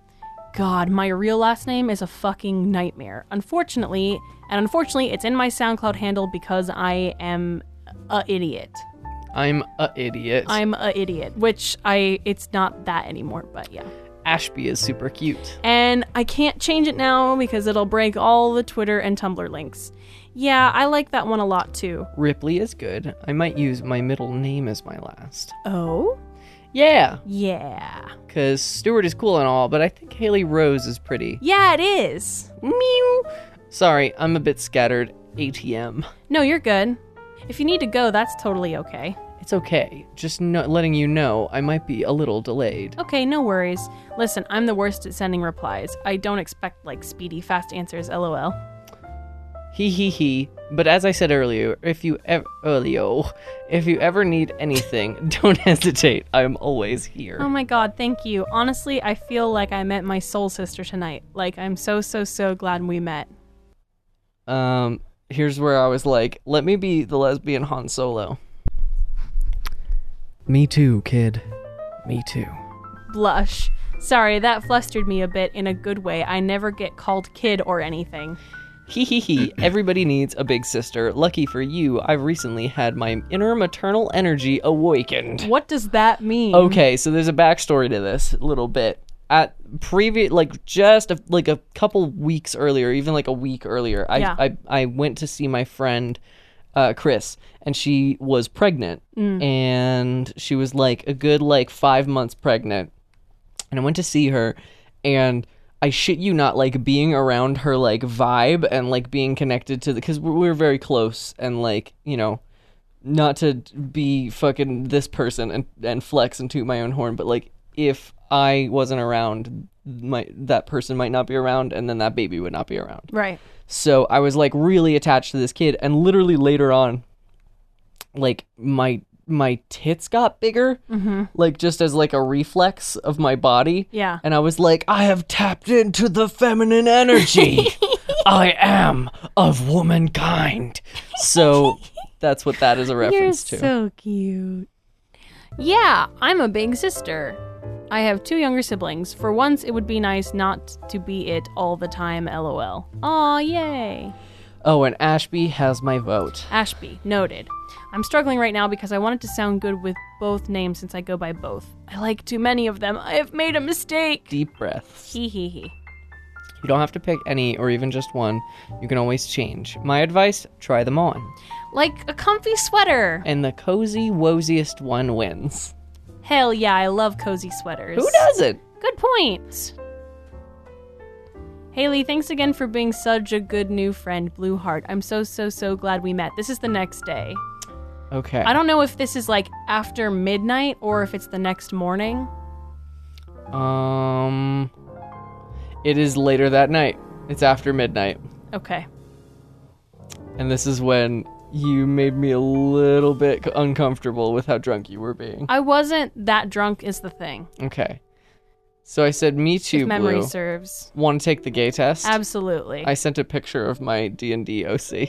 God, my real last name is a fucking nightmare. Unfortunately, and unfortunately, it's in my SoundCloud handle because I am a idiot.
I'm a idiot.
I'm a idiot, which I it's not that anymore, but yeah.
Ashby is super cute.
And I can't change it now because it'll break all the Twitter and Tumblr links. Yeah, I like that one a lot too.
Ripley is good. I might use my middle name as my last.
Oh?
Yeah,
Yeah.
because Stewart is cool and all, but I think Haley Rose is pretty.
Yeah, it is.
Meow. Sorry, I'm a bit scattered. ATM.
No, you're good. If you need to go, that's totally okay.
It's okay. Just no- letting you know, I might be a little delayed.
Okay, no worries. Listen, I'm the worst at sending replies. I don't expect like speedy, fast answers, lol.
He he he. But as I said earlier, if you ever earlier, if you ever need anything, [laughs] don't hesitate. I'm always here.
Oh my god, thank you. Honestly, I feel like I met my soul sister tonight. Like, I'm so, so, so glad we met.
Um, here's where I was like, let me be the lesbian Han Solo. Me too, kid. Me too.
Blush. Sorry, that flustered me a bit in a good way. I never get called kid or anything.
Hee hee hee. Everybody needs a big sister. Lucky for you, I've recently had my inner maternal energy awakened.
What does that mean?
Okay, so there's a backstory to this little bit. At previous, like just a, like a couple weeks earlier, even like a week earlier, I
Yeah.
I, I went to see my friend uh, Chris, and she was pregnant, and she was like a good like five months pregnant, and I went to see her, and I shit you not, like being around her like vibe and like being connected to the because we were very close and like you know not to be fucking this person and, and flex and toot my own horn, but like if I wasn't around, my that person might not be around, and then that baby would not be around.
Right.
So I was like really attached to this kid, and literally later on, like my my tits got bigger, like just as like a reflex of my body.
Mm-hmm. Yeah.
and I was like, I have tapped into the feminine
[laughs]
energy. I am of womankind. So that's what that is a reference to.
so cute. Yeah, I'm a big sister. I have two younger siblings. For once, it would be nice not to be it all the time, lol. Aw, yay.
oh, and Ashby has my vote.
Ashby, noted. I'm struggling right now because I want it to sound good with both names since I go by both. I like too many of them. I have made a mistake.
Deep breaths.
Hee hee hee.
You don't have to pick any or even just one. You can always change. My advice try them on.
Like a comfy sweater.
And the cozy, wosiest one wins.
Hell yeah, I love cozy sweaters.
Who doesn't?
Good point. Haley, thanks again for being such a good new friend, Blue Heart. I'm so, so, so glad we met. This is the next day.
Okay.
I don't know if this is like after midnight or if it's the next morning.
Um. It is later that night. It's after midnight.
Okay.
And this is when you made me a little bit uncomfortable with how drunk you were being.
I wasn't that drunk, is the thing.
Okay. So I said, "Me too,
if memory
Blue.
serves.
Want to take the gay test?"
Absolutely.
I sent a picture of my D and D OC.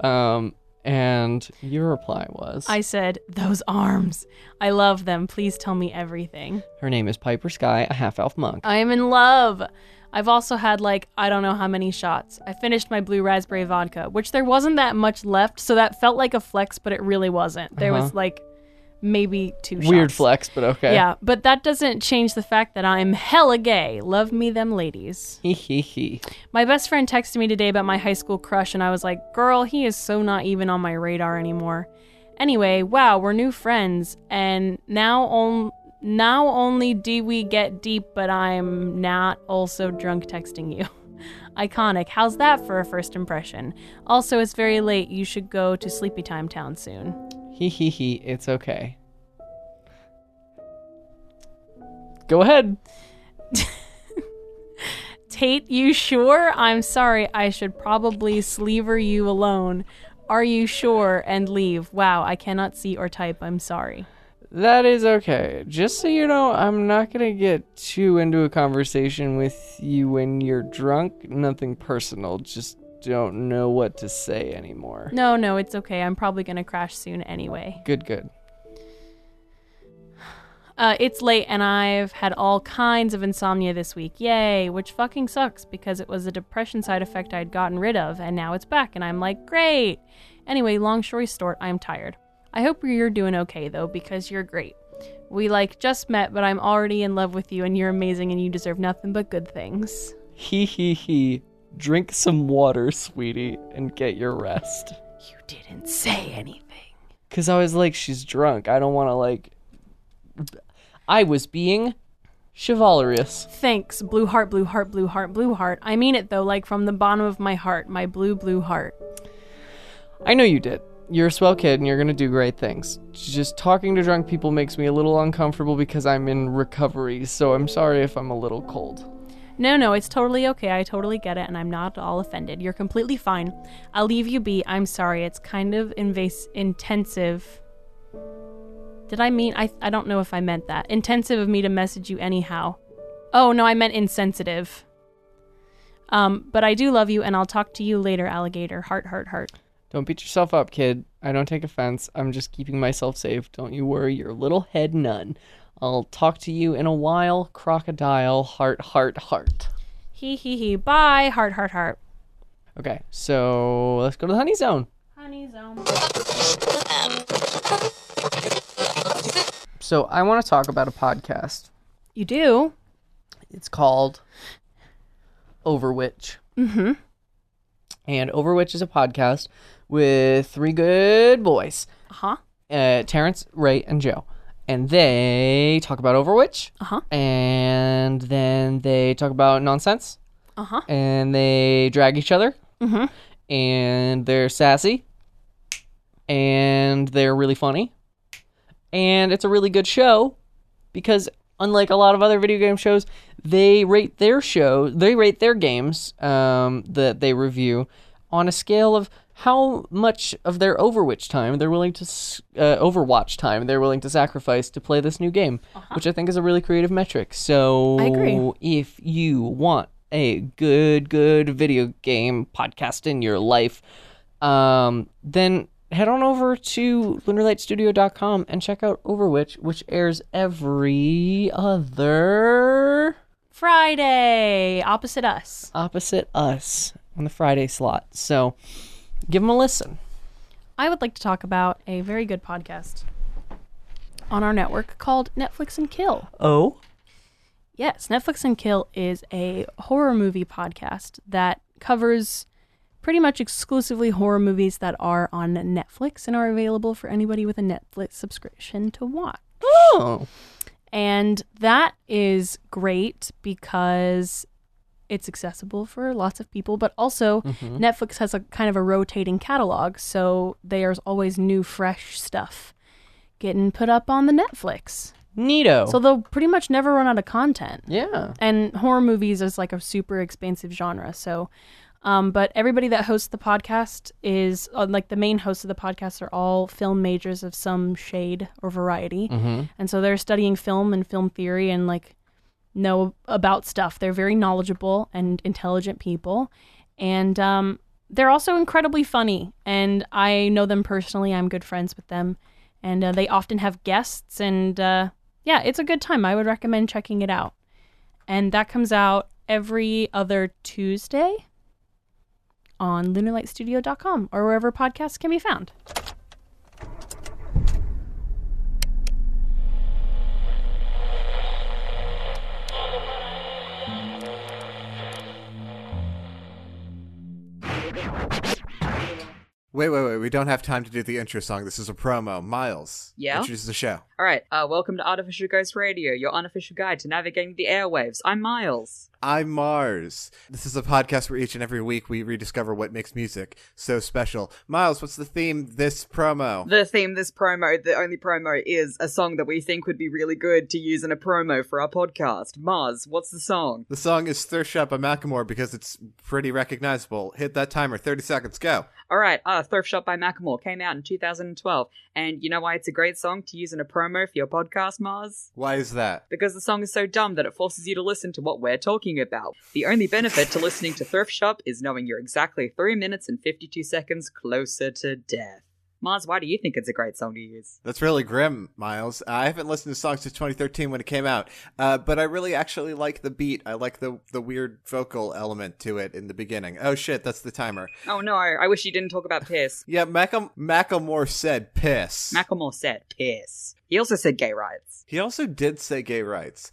Um, and your reply was,
I said, Those arms. I love them. Please tell me everything.
"Her name is Piper Sky, a half elf monk."
I am in love. I've also had like I don't know how many shots. I finished my blue raspberry vodka, which there wasn't that much left, so that felt like a flex, but it really wasn't. There was like maybe two
Uh-huh. Weird
shots.
flex, but okay.
Yeah, but that doesn't change the fact that I'm hella gay. Love me them ladies.
Hee hee hee.
My best friend texted me today about my high school crush and I was like, "Girl, he is so not even on my radar anymore." Anyway, wow, we're new friends and now on Now only do we get deep, but I'm not also drunk texting you. [laughs] Iconic. How's that for a first impression? Also, it's very late. You should go to Sleepy Time Town soon.
Hee hee hee. It's okay. Go ahead.
Tate, you sure? I'm sorry, I should probably sleever you alone. Are you sure? And leave. Wow, I cannot see or type. I'm sorry.
That is okay. Just so you know, I'm not gonna get too into a conversation with you when you're drunk. Nothing personal. Just don't know what to say anymore.
No, no, it's okay. I'm probably going to crash soon anyway.
Good, good.
Uh, it's late and I've had all kinds of insomnia this week. Yay, which fucking sucks because it was a depression side effect I'd gotten rid of and now it's back and I'm like, great. Anyway, long story short, I'm tired. I hope you're doing okay though because you're great. We like just met, but I'm already in love with you and you're amazing and you deserve nothing but good things.
Hee hee hee. Drink some water, sweetie, and get your rest.
You didn't say anything.
Cause I was like, she's drunk. I don't want to like. I was being chivalrous.
Thanks, blue heart, blue heart, blue heart, blue heart. I mean it though, like from the bottom of my heart, my blue, blue heart.
I know you did. You're a swell kid and you're going to do great things. Just talking to drunk people makes me a little uncomfortable because I'm in recovery, so I'm sorry if I'm a little cold.
No, no, it's totally okay. I totally get it, and I'm not at all offended. You're completely fine. I'll leave you be. I'm sorry. It's kind of invas- intensive. Did I mean? I, I don't know if I meant that. Intensive of me to message you anyhow. Oh, no, I meant insensitive. Um, but I do love you, and I'll talk to you later, alligator. Heart, heart, heart.
Don't beat yourself up, kid. I don't take offense. I'm just keeping myself safe. Don't you worry your little head none. I'll talk to you in a while, crocodile, heart, heart, heart.
Hee hee hee. Bye. Heart, heart, heart.
Okay, so let's go to the honey zone.
Honey zone.
So I want to talk about a podcast.
You do?
It's called Overwitch.
Mm-hmm.
And Overwitch is a podcast with three good boys
Uh-huh.
uh, Terrence, Ray, and Joe. And they talk about Overwitch.
Uh-huh.
And then they talk about nonsense.
Uh-huh.
And they drag each other.
Mm-hmm.
and they're sassy and they're really funny and it's a really good show because unlike a lot of other video game shows they rate their show they rate their games um, that they review on a scale of how much of their overwatch time they're willing to s- uh, overwatch time they're willing to sacrifice to play this new game which i think is a really creative metric so
Uh-huh. I agree.
if you want a good, good video game podcast in your life, um, then head on over to lunarlightstudio.com and check out Overwitch, which airs every other
Friday. Opposite us.
opposite us on the Friday slot. So give them a listen.
I would like to talk about a very good podcast on our network called Netflix and Kill.
Oh,
Yes, Netflix and Kill is a horror movie podcast that covers pretty much exclusively horror movies that are on Netflix and are available for anybody with a Netflix subscription to watch.
oh,
And that is great because it's accessible for lots of people, but also Netflix has a kind of a rotating catalog, so there's always new, fresh stuff getting put up on the Netflix.
neato.
So they'll pretty much never run out of content
yeah.
and horror movies is like a super expansive genre so um, but everybody that hosts the podcast is uh, like the main hosts of the podcast are all film majors of some shade or variety and so they're studying film and film theory and like know about stuff they're very knowledgeable and intelligent people and um, they're also incredibly funny and i know them personally i'm good friends with them and uh, they often have guests and uh, yeah it's a good time i would recommend checking it out and that comes out every other Tuesday on lunarlightstudio.com or wherever podcasts can be found.
Wait, wait, wait. We don't have time to do the intro song. This is a promo. Miles.
Yeah?
Introduce the show.
All right, uh, welcome to Artificial Ghost Radio, your unofficial guide to navigating the airwaves. I'm Miles.
I'm Mars. This is a podcast where each and every week we rediscover what makes music so special. Miles, what's the theme this promo?
The theme this promo, the only promo, is a song that we think would be really good to use in a promo for our podcast. Mars, what's the song?
The song is Thirst Shop by Macklemore because it's pretty recognizable. Hit that timer. 30 seconds. Go.
All right, uh, Thrift Shop by Macklemore came out in 2012, and you know why it's a great song to use in a promo for your podcast, Mars?
Why is that?
Because the song is so dumb that it forces you to listen to what we're talking about. The only benefit to listening to Thrift Shop is knowing you're exactly 3 minutes and 52 seconds closer to death. Mars, why do you think it's a great song to use?
That's really grim, Miles. I haven't listened to songs since 2013 when it came out, uh, but I really actually like the beat. I like the the weird vocal element to it in the beginning. Oh shit, that's the timer.
Oh no, I wish you didn't talk about piss.
Yeah, Mackle- Macklemore said piss.
Macklemore said piss. He also said gay rights.
He also did say gay rights.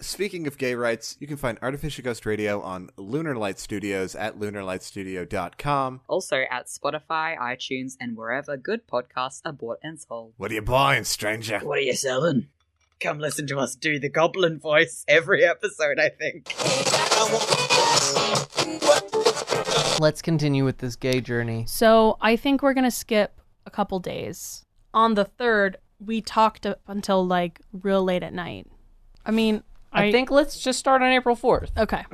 Speaking of gay rights, you can find Artificial Ghost Radio on Lunar Light Studios at lunarlightstudio.com.
Also at Spotify, iTunes, and wherever good podcasts are bought and sold.
What are you buying, stranger?
What are you selling? Come listen to us do the goblin voice every episode, I think.
Let's continue with this gay journey.
So I think we're gonna skip a couple days. On the third, we talked up until like real late at night. I mean,
I, think let's just start on April 4th.
okay.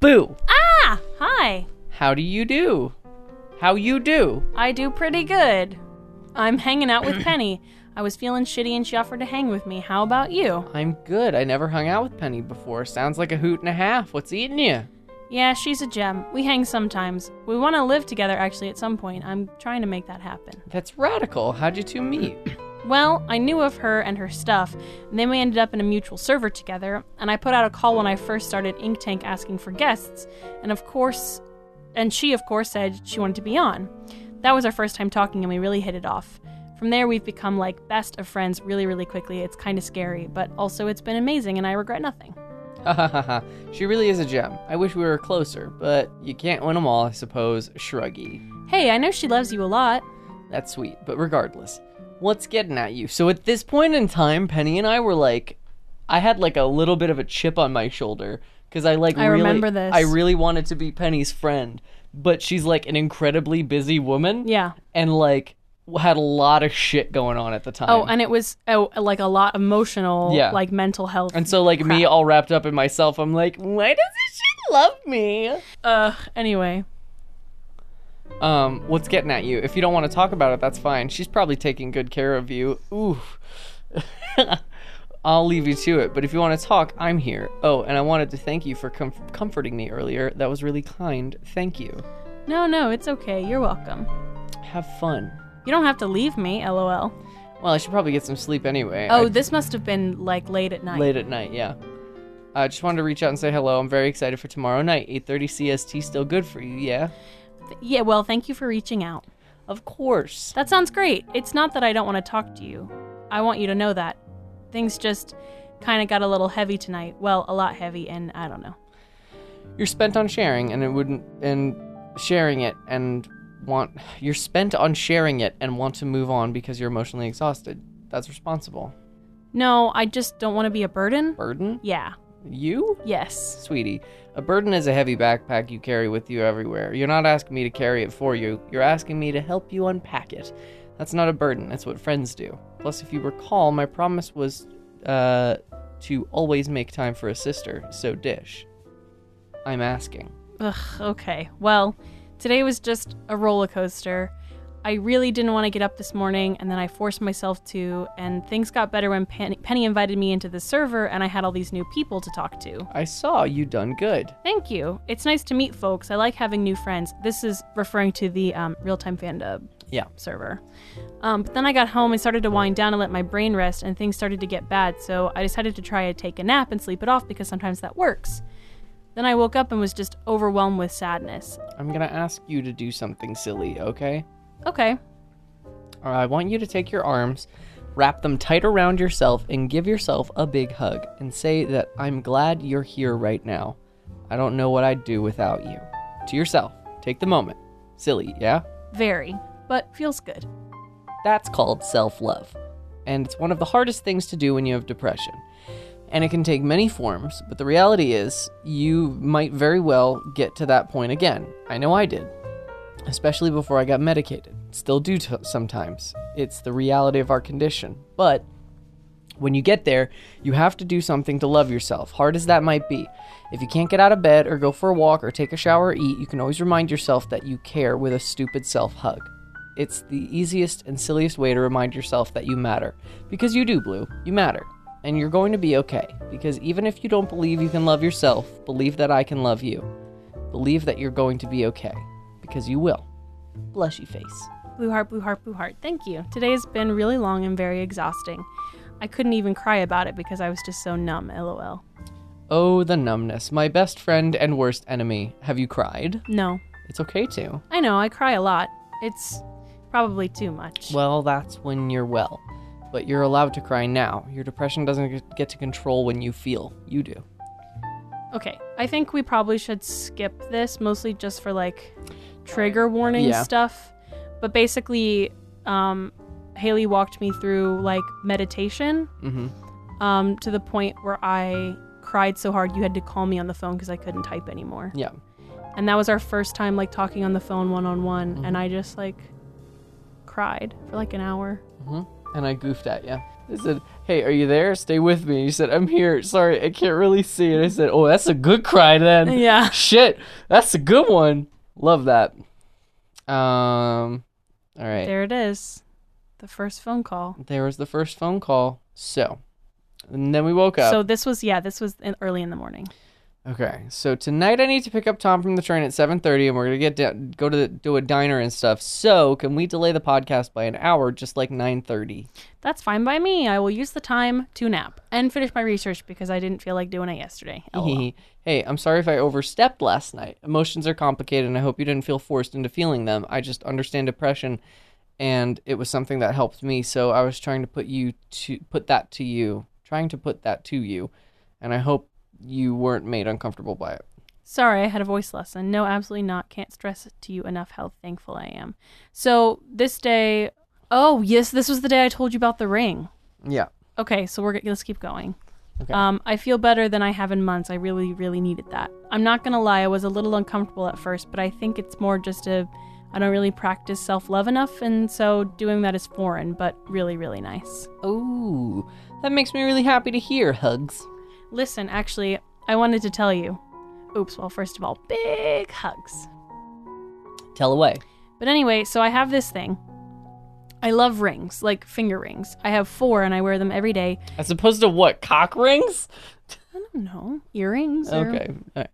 Boo.
Ah, hi.
How do you do? How you do?
I do pretty good. I'm hanging
[clears throat]
out with Penny. I was feeling shitty and she offered to hang with me. How about you?
I'm good. I never hung out with Penny before. Sounds like a hoot and a half. What's eating you?
Yeah, she's a gem. We hang sometimes. We want to live together actually at some point. I'm trying to make that happen.
That's radical. How'd you two meet?
Well, I knew of her and her stuff, and then we ended up in a mutual server together, and I put out a call when I first started Ink Tank asking for guests, and of course, and she of course said she wanted to be on. That was our first time talking and we really hit it off. From there, we've become like best of friends really, really quickly. It's kind of scary, but also it's been amazing and I regret nothing.
Ha ha ha ha. She really is a gem. I wish we were closer, but you can't win them all, I suppose. Shruggy.
Hey, I know she loves you a lot.
That's sweet, but regardless, what's getting at you? So at this point in time, Penny and I were like, I had like a little bit of a chip on my shoulder because I like
I
really,
remember this.
I really wanted to be Penny's friend, but she's like an incredibly busy woman.
Yeah.
and like w- had a lot of shit going on at the time.
Oh, and it was oh, like a lot emotional,
Yeah.
like mental health.
and so like me all wrapped up in myself, I'm like, why doesn't she love me?
uh, anyway,
Um, what's getting at you? If you don't want to talk about it, that's fine. She's probably taking good care of you. Ooh. [laughs] I'll leave you to it, but if you want to talk, I'm here. Oh, and I wanted to thank you for com- comforting me earlier. That was really kind. Thank you.
no, no, it's okay. You're welcome.
Have fun.
You don't have to leave me, lol.
Well, I should probably get some sleep anyway.
Oh,
I-
this must have been like late at night.
late at night yeah i just wanted to reach out and say hello i'm very excited for tomorrow night 8.30 cst still good for you yeah
Yeah, well, thank you for reaching out.
of course
That sounds great. It's not that I don't want to talk to you. I want you to know that. Things just kind of got a little heavy tonight. Well, a lot heavy, and I don't know.
you're spent on sharing and it wouldn't and sharing it and want you're spent on sharing it and want to move on because you're emotionally exhausted that's responsible
No, I just don't want to be a burden.
burden
Yeah.
you
Yes.
sweetie a burden is a heavy backpack you carry with you everywhere you're not asking me to carry it for you you're asking me to help you unpack it that's not a burden that's what friends do plus if you recall my promise was uh, to always make time for a sister so dish i'm asking
Ugh, okay. Well, today was just a roller coaster. I really didn't want to get up this morning, and then I forced myself to, and things got better when Penny, Penny invited me into the server, and I had all these new people to talk to.
i saw you done good
Thank you. It's nice to meet folks. I like having new friends. This is referring to the um, real time fandom
yeah
server. Um, but then I got home and started to wind down and let my brain rest, and things started to get bad, so I decided to try to take a nap and sleep it off because sometimes that works. Then I woke up and was just overwhelmed with sadness.
i'm gonna ask you to do something silly okay
Okay,
Uh, I want you to take your arms, wrap them tight around yourself, and give yourself a big hug and say that I'm glad you're here right now. I don't know what I'd do without you. To yourself, take the moment. Silly, yeah?
Very, but feels good.
That's called self love. And it's one of the hardest things to do when you have depression. And it can take many forms, but the reality is, you might very well get to that point again. I know I did, especially before I got medicated. Still do t- sometimes. It's the reality of our condition. But when you get there, you have to do something to love yourself, hard as that might be. If you can't get out of bed or go for a walk or take a shower or eat, you can always remind yourself that you care with a stupid self hug. It's the easiest and silliest way to remind yourself that you matter. Because you do, Blue. You matter. And you're going to be okay. Because even if you don't believe you can love yourself, believe that I can love you. Believe that you're going to be okay. Because you will. Blushy face.
Blue heart, blue heart, blue heart. Thank you. Today's been really long and very exhausting. I couldn't even cry about it because I was just so numb, lol.
Oh, the numbness. My best friend and worst enemy. Have you cried?
No.
It's okay to.
I know, I cry a lot. It's probably too much.
Well, that's when you're well. But you're allowed to cry now. Your depression doesn't get- get to control when you feel. You do.
Okay, I think we probably should skip this mostly just for like trigger warning
Yeah.
stuff. But basically, um, Haley walked me through like meditation
hmm
um, to the point where I cried so hard you had to call me on the phone because I couldn't type anymore.
Yeah. Mm-hmm.
And that was our first time like talking on the phone one on one, and I just like cried for like an hour.
And I goofed at you. I said, Hey, are you there? Stay with me. You said, I'm here. Sorry, I can't really see. And I said, Oh, that's a good cry then.
[laughs] Yeah.
Shit, that's a good one. Love that. Um, all right.
There it is, the first phone call.
there was the first phone call. So, and then we woke up.
So this was yeah, this was in, early in the morning.
Okay, so tonight I need to pick up Tom from the train at seven thirty, and we're gonna get da- go to the, do a diner and stuff. So can we delay the podcast by an hour, just like nine thirty?
That's fine by me. I will use the time to nap and finish my research because I didn't feel like doing it yesterday.
Oh,
LOL.
[laughs] hey, I'm sorry if I overstepped last night. Emotions are complicated, and I hope you didn't feel forced into feeling them. I just understand depression, and it was something that helped me. So I was trying to put you to put that to you, trying to put that to you, and I hope you weren't made uncomfortable by it.
Sorry, I had a voice lesson. No, absolutely not. Can't stress to you enough how thankful I am. So this day, oh yes, this was the day I told you about the ring.
Yeah.
Okay, so we're g- let's keep going.
Okay.
Um, I feel better than I have in months. I really, really needed that. I'm not gonna lie, I was a little uncomfortable at first, but I think it's more just a I don't really practice self love enough, and so doing that is foreign, but really, really nice.
Oh, that makes me really happy to hear. Hugs.
Listen, actually, I wanted to tell you. Oops, well, first of all, big hugs.
Tell away.
But anyway, so I have this thing. I love rings, like finger rings. I have four and I wear them every day.
As opposed to what? Cock rings?
I don't know, earrings. or-
Okay. all right.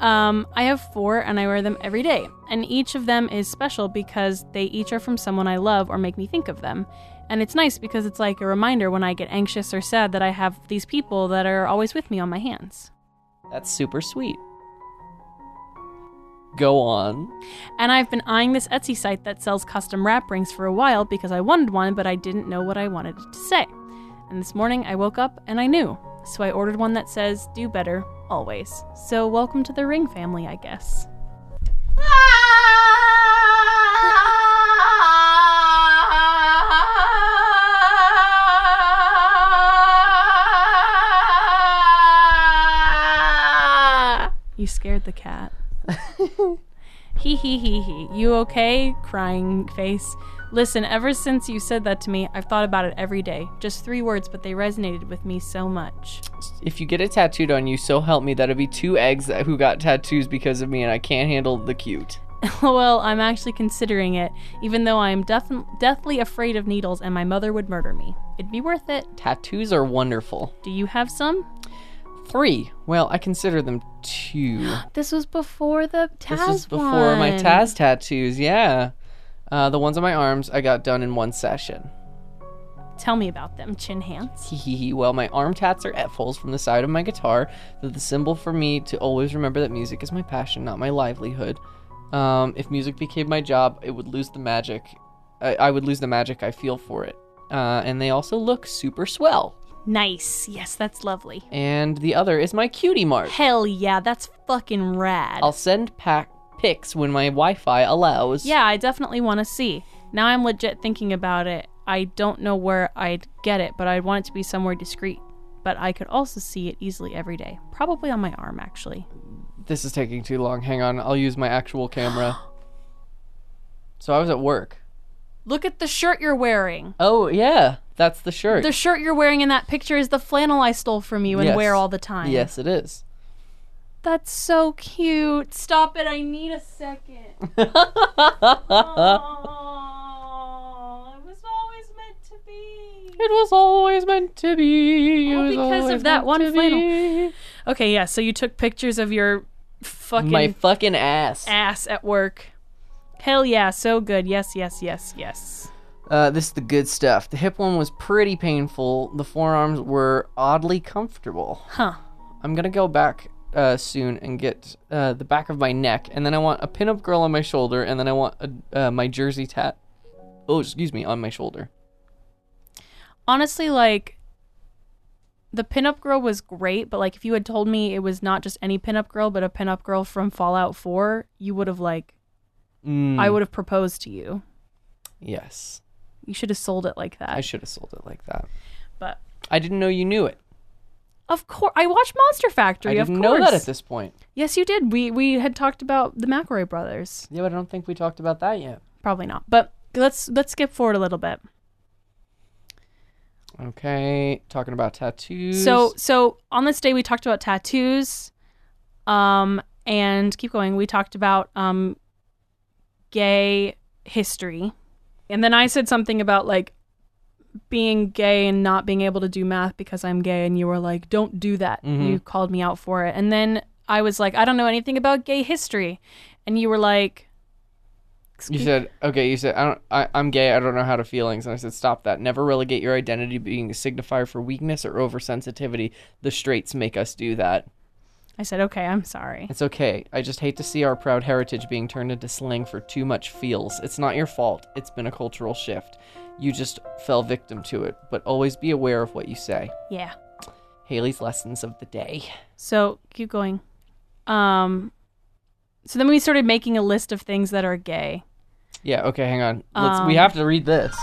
Um, I have four and I wear them every day. And each of them is special because they each are from someone I love or make me think of them. And it's nice because it's like a reminder when I get anxious or sad that I have these people that are always with me on my hands.
That's super sweet. Go on.
And I've been eyeing this Etsy site that sells custom wrap rings for a while because I wanted one, but I didn't know what I wanted it to say. And this morning I woke up and I knew. So I ordered one that says, Do better, always. So welcome to the ring family, I guess. You scared the cat. Hee hee hee hee. You okay? Crying face. Listen, ever since you said that to me, I've thought about it every day. Just three words, but they resonated with me so much. [laughs]
If you get it tattooed on you, so help me, that'd be two eggs that- who got tattoos because of me, and I can't handle the cute.
well, I'm actually considering it, even though I am death- deathly afraid of needles and my mother would murder me. It'd be worth it.
Tattoos are wonderful.
Do you have some?
Three. Well, I consider them two.
This was before the Taz
this is before my
one.
Taz tattoos, yeah. Uh, the ones on my arms I got done in one session.
Tell me about them,
[laughs]
chin hands.
Hee hee hee. Well, my arm tats are F-holes from the side of my guitar. They're the symbol for me to always remember that music is my passion, not my livelihood. Um, if music became my job, it would lose the magic. I, I would lose the magic I feel for it. Uh, and they also look super swell.
Nice. Yes, that's lovely.
And the other is my cutie mark.
Hell yeah, that's fucking rad.
I'll send pack pics when my Wi-Fi allows.
Yeah, I definitely want to see. Now I'm legit thinking about it. I don't know where I'd get it, but I'd want it to be somewhere discreet. But I could also see it easily every day. Probably on my arm, actually.
This is taking too long. Hang on, I'll use my actual camera. so I was at work.
Look at the shirt you're wearing.
Oh yeah, that's the shirt.
The shirt you're wearing in that picture is the flannel I stole from you and
Yes.
wear all the time.
yes, it is.
That's so cute. Stop it. I need a second.
[laughs]
Aw, it was always meant to be.
It was always meant to be. It
All
was
because
always
of that
meant
one
to
flannel.
be.
Okay, yeah, so you took pictures of your fucking
My fucking ass.
ass at work. Hell yeah, so good. Yes, yes, yes, yes.
Uh, this is the good stuff. The hip one was pretty painful. The forearms were oddly comfortable.
Huh.
I'm gonna go back uh, soon and get uh, the back of my neck, and then I want a pinup girl on my shoulder, and then I want a, uh, my jersey tat. Oh, excuse me, on my shoulder.
Honestly, like the pinup girl was great, but like if you had told me it was not just any pinup girl, but a pinup girl from Fallout 4, you would have like
Mm,
I would have proposed to you.
Yes,
You should have sold it like that.
I should have sold it like that.
but
I didn't know you knew it.
of course, I watched Monster Factory.
I
of
didn't
course,
know that at this point.
yes, you did. We we had talked about the McElroy brothers.
Yeah, but I don't think we talked about that yet.
Probably not. But let's let's skip forward a little bit.
Okay, talking about tattoos.
So so on this day we talked about tattoos, um, and keep going. We talked about um, gay history, and then I said something about like being gay and not being able to do math because I'm gay, and you were like, "Don't do that."
Mhm.
You called me out for it, and then I was like, "I don't know anything about gay history," and you were like,
You
"Excuse-
said, okay, you said, I don't, I, I'm gay, I don't know how to feelings. And I said, stop that. Never relegate your identity being a signifier for weakness or oversensitivity. The straights make us do that.
I said, "Okay, I'm sorry."
It's okay. I just hate to see our proud heritage being turned into slang for too much feels. It's not your fault. It's been a cultural shift. You just fell victim to it, but always be aware of what you say.
Yeah.
Haley's lessons of the day.
So keep going. Um, so then we started making a list of things that are gay.
Yeah, okay, hang on. Let's we
Um,
have to read this.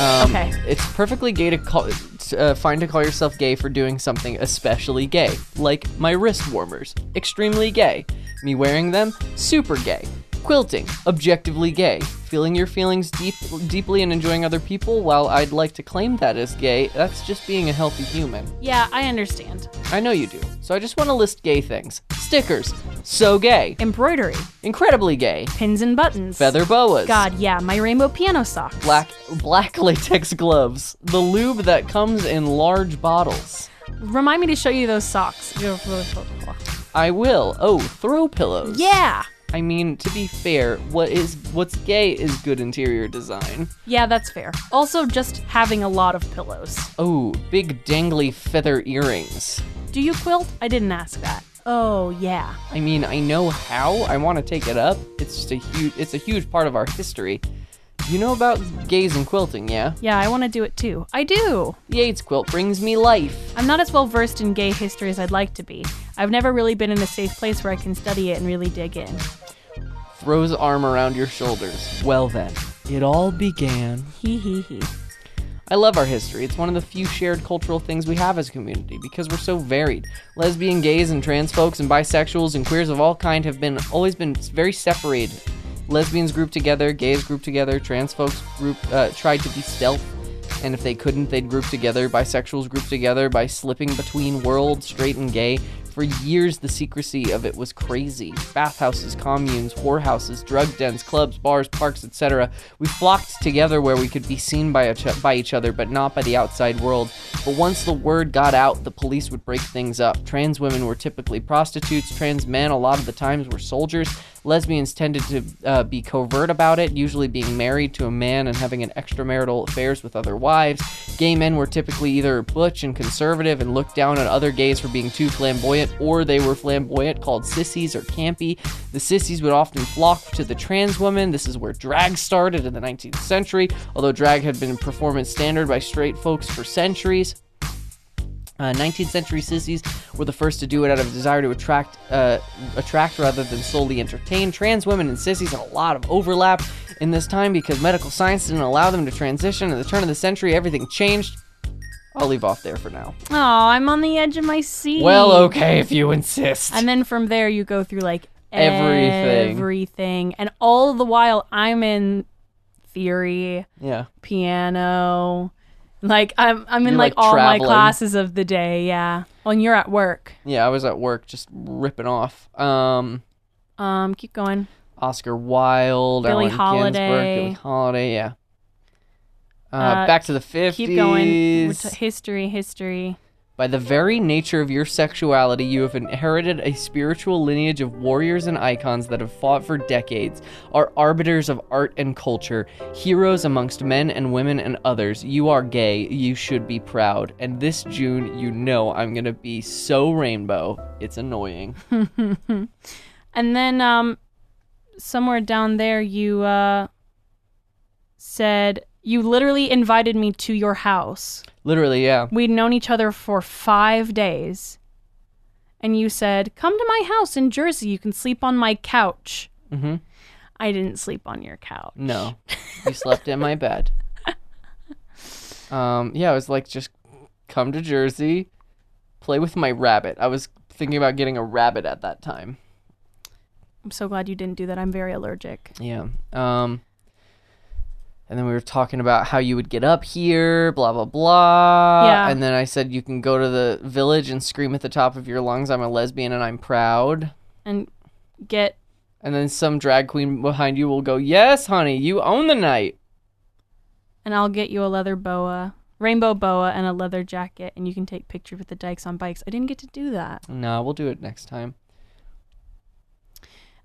Um,
Okay.
It's perfectly gay to call to, uh, fine to call yourself gay for doing something especially gay, like my wrist warmers, extremely gay. Me wearing them, super gay. Quilting, objectively gay. Feeling your feelings deep, deeply and enjoying other people, while I'd like to claim that as gay, that's just being a healthy human.
Yeah, I understand.
I know you do. So I just want to list gay things. Stickers, so gay.
Embroidery,
Incredibly gay.
pins and buttons,
Feather boas.
God, yeah, my rainbow piano socks.
black black [laughs] latex gloves, the lube that comes in large bottles.
Remind me to show you those socks.
I will. Oh, throw pillows.
Yeah,
I mean, to be fair, what is what's gay is good interior design.
yeah, that's fair. Also, just having a lot of pillows.
Oh, big dangly feather earrings.
Do you quilt? I didn't ask that. Oh yeah.
I mean, I know how. I want to take it up. It's just a huge it's a huge part of our history. You know about gays and quilting, yeah?
Yeah, I want to do it too. I do.
The AIDS quilt brings me life.
I'm not as well versed in gay history as I'd like to be. I've never really been in a safe place where I can study it and really dig in.
Throws arm around your shoulders. Well then, it all began
Hee hee hee.
I love our history. It's one of the few shared cultural things we have as a community because we're so varied. Lesbian, gays, and trans folks, and bisexuals and queers of all kind have been always been very separated. Lesbians grouped together, gays grouped together, trans folks group uh, tried to be stealth, and if they couldn't, they'd group together. Bisexuals grouped together by slipping between worlds, straight and gay. For years, the secrecy of it was crazy. Bathhouses, communes, whorehouses, drug dens, clubs, bars, parks, etc. We flocked together where we could be seen by, each- by each other, but not by the outside world. But once the word got out, the police would break things up. Trans women were typically prostitutes, trans men, a lot of the times, were soldiers. Lesbians tended to uh, be covert about it, usually being married to a man and having an extramarital affairs with other wives. Gay men were typically either butch and conservative and looked down on other gays for being too flamboyant, or they were flamboyant, called sissies or campy. The sissies would often flock to the trans woman. This is where drag started in the 19th century, although drag had been a performance standard by straight folks for centuries. Uh, 19th century sissies were the first to do it out of a desire to attract, uh, attract rather than solely entertain. Trans women and sissies had a lot of overlap in this time because medical science didn't allow them to transition. At the turn of the century, everything changed. I'll leave off there for now.
Oh, I'm on the edge of my seat.
Well, okay, if you insist.
And then from there, you go through like
Everything.
everything. And all the while, I'm in theory,
yeah.
piano. Like I'm, I'm in
You're,
like,
like,
all
traveling.
my classes of the day. Yeah. When you're at work,
Yeah, I was at work just ripping off. Um,
um, keep going.
Oscar Wilde,
Billie
Allen Ginsberg,
Holiday.
Billie Holiday, yeah. Uh,
Uh,
back to the 50s.
Keep going. We're t- history, history.
By the very nature of your sexuality, you have inherited a spiritual lineage of warriors and icons that have fought for decades, are arbiters of art and culture, heroes amongst men and women and others. You are gay, you should be proud. And this June, you know I'm gonna be so rainbow. It's annoying. [laughs]
And then um somewhere down there you uh said you literally invited me to your house.
Literally, yeah.
We'd known each other for 5 days. And you said, "Come to my house in Jersey. You can sleep on my couch."
Mhm.
I didn't sleep on your couch.
No, you slept in my
[laughs]
bed. Um, yeah, I was like, just come to Jersey, play with my rabbit. I was thinking about getting a rabbit at that time.
I'm so glad you didn't do that. I'm very allergic.
Yeah. Um, and then we were talking about how you would get up here, blah blah blah.
Yeah.
And then I said you can go to the village and scream at the top of your lungs, "I'm a lesbian and I'm proud."
And get
And then some drag queen behind you will go, "Yes, honey, you own the night."
and I'll get you a leather boa, rainbow boa and a leather jacket and you can take pictures with the dykes on bikes. I didn't get to do that.
No, we'll do it next time.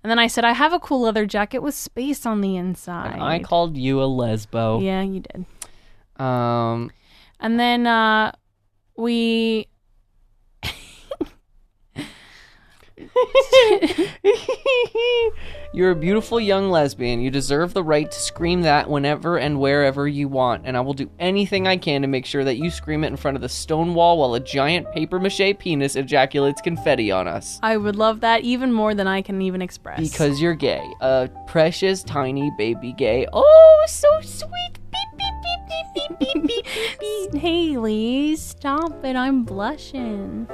And then I said, I have a cool leather jacket with space on the inside.
And I called you a lesbo.
Yeah, you did.
Um,
And then uh, we.
You're a beautiful young lesbian. You deserve the right to scream that whenever and wherever you want, and I will do anything I can to make sure that you scream it in front of the stone wall while a giant paper mache penis ejaculates confetti on us.
I would love that even more than I can even express.
Because you're gay. A precious, tiny baby gay. Oh, so sweet. Beep, beep, beep, beep, beep, beep.
Haley, stop it. I'm blushing.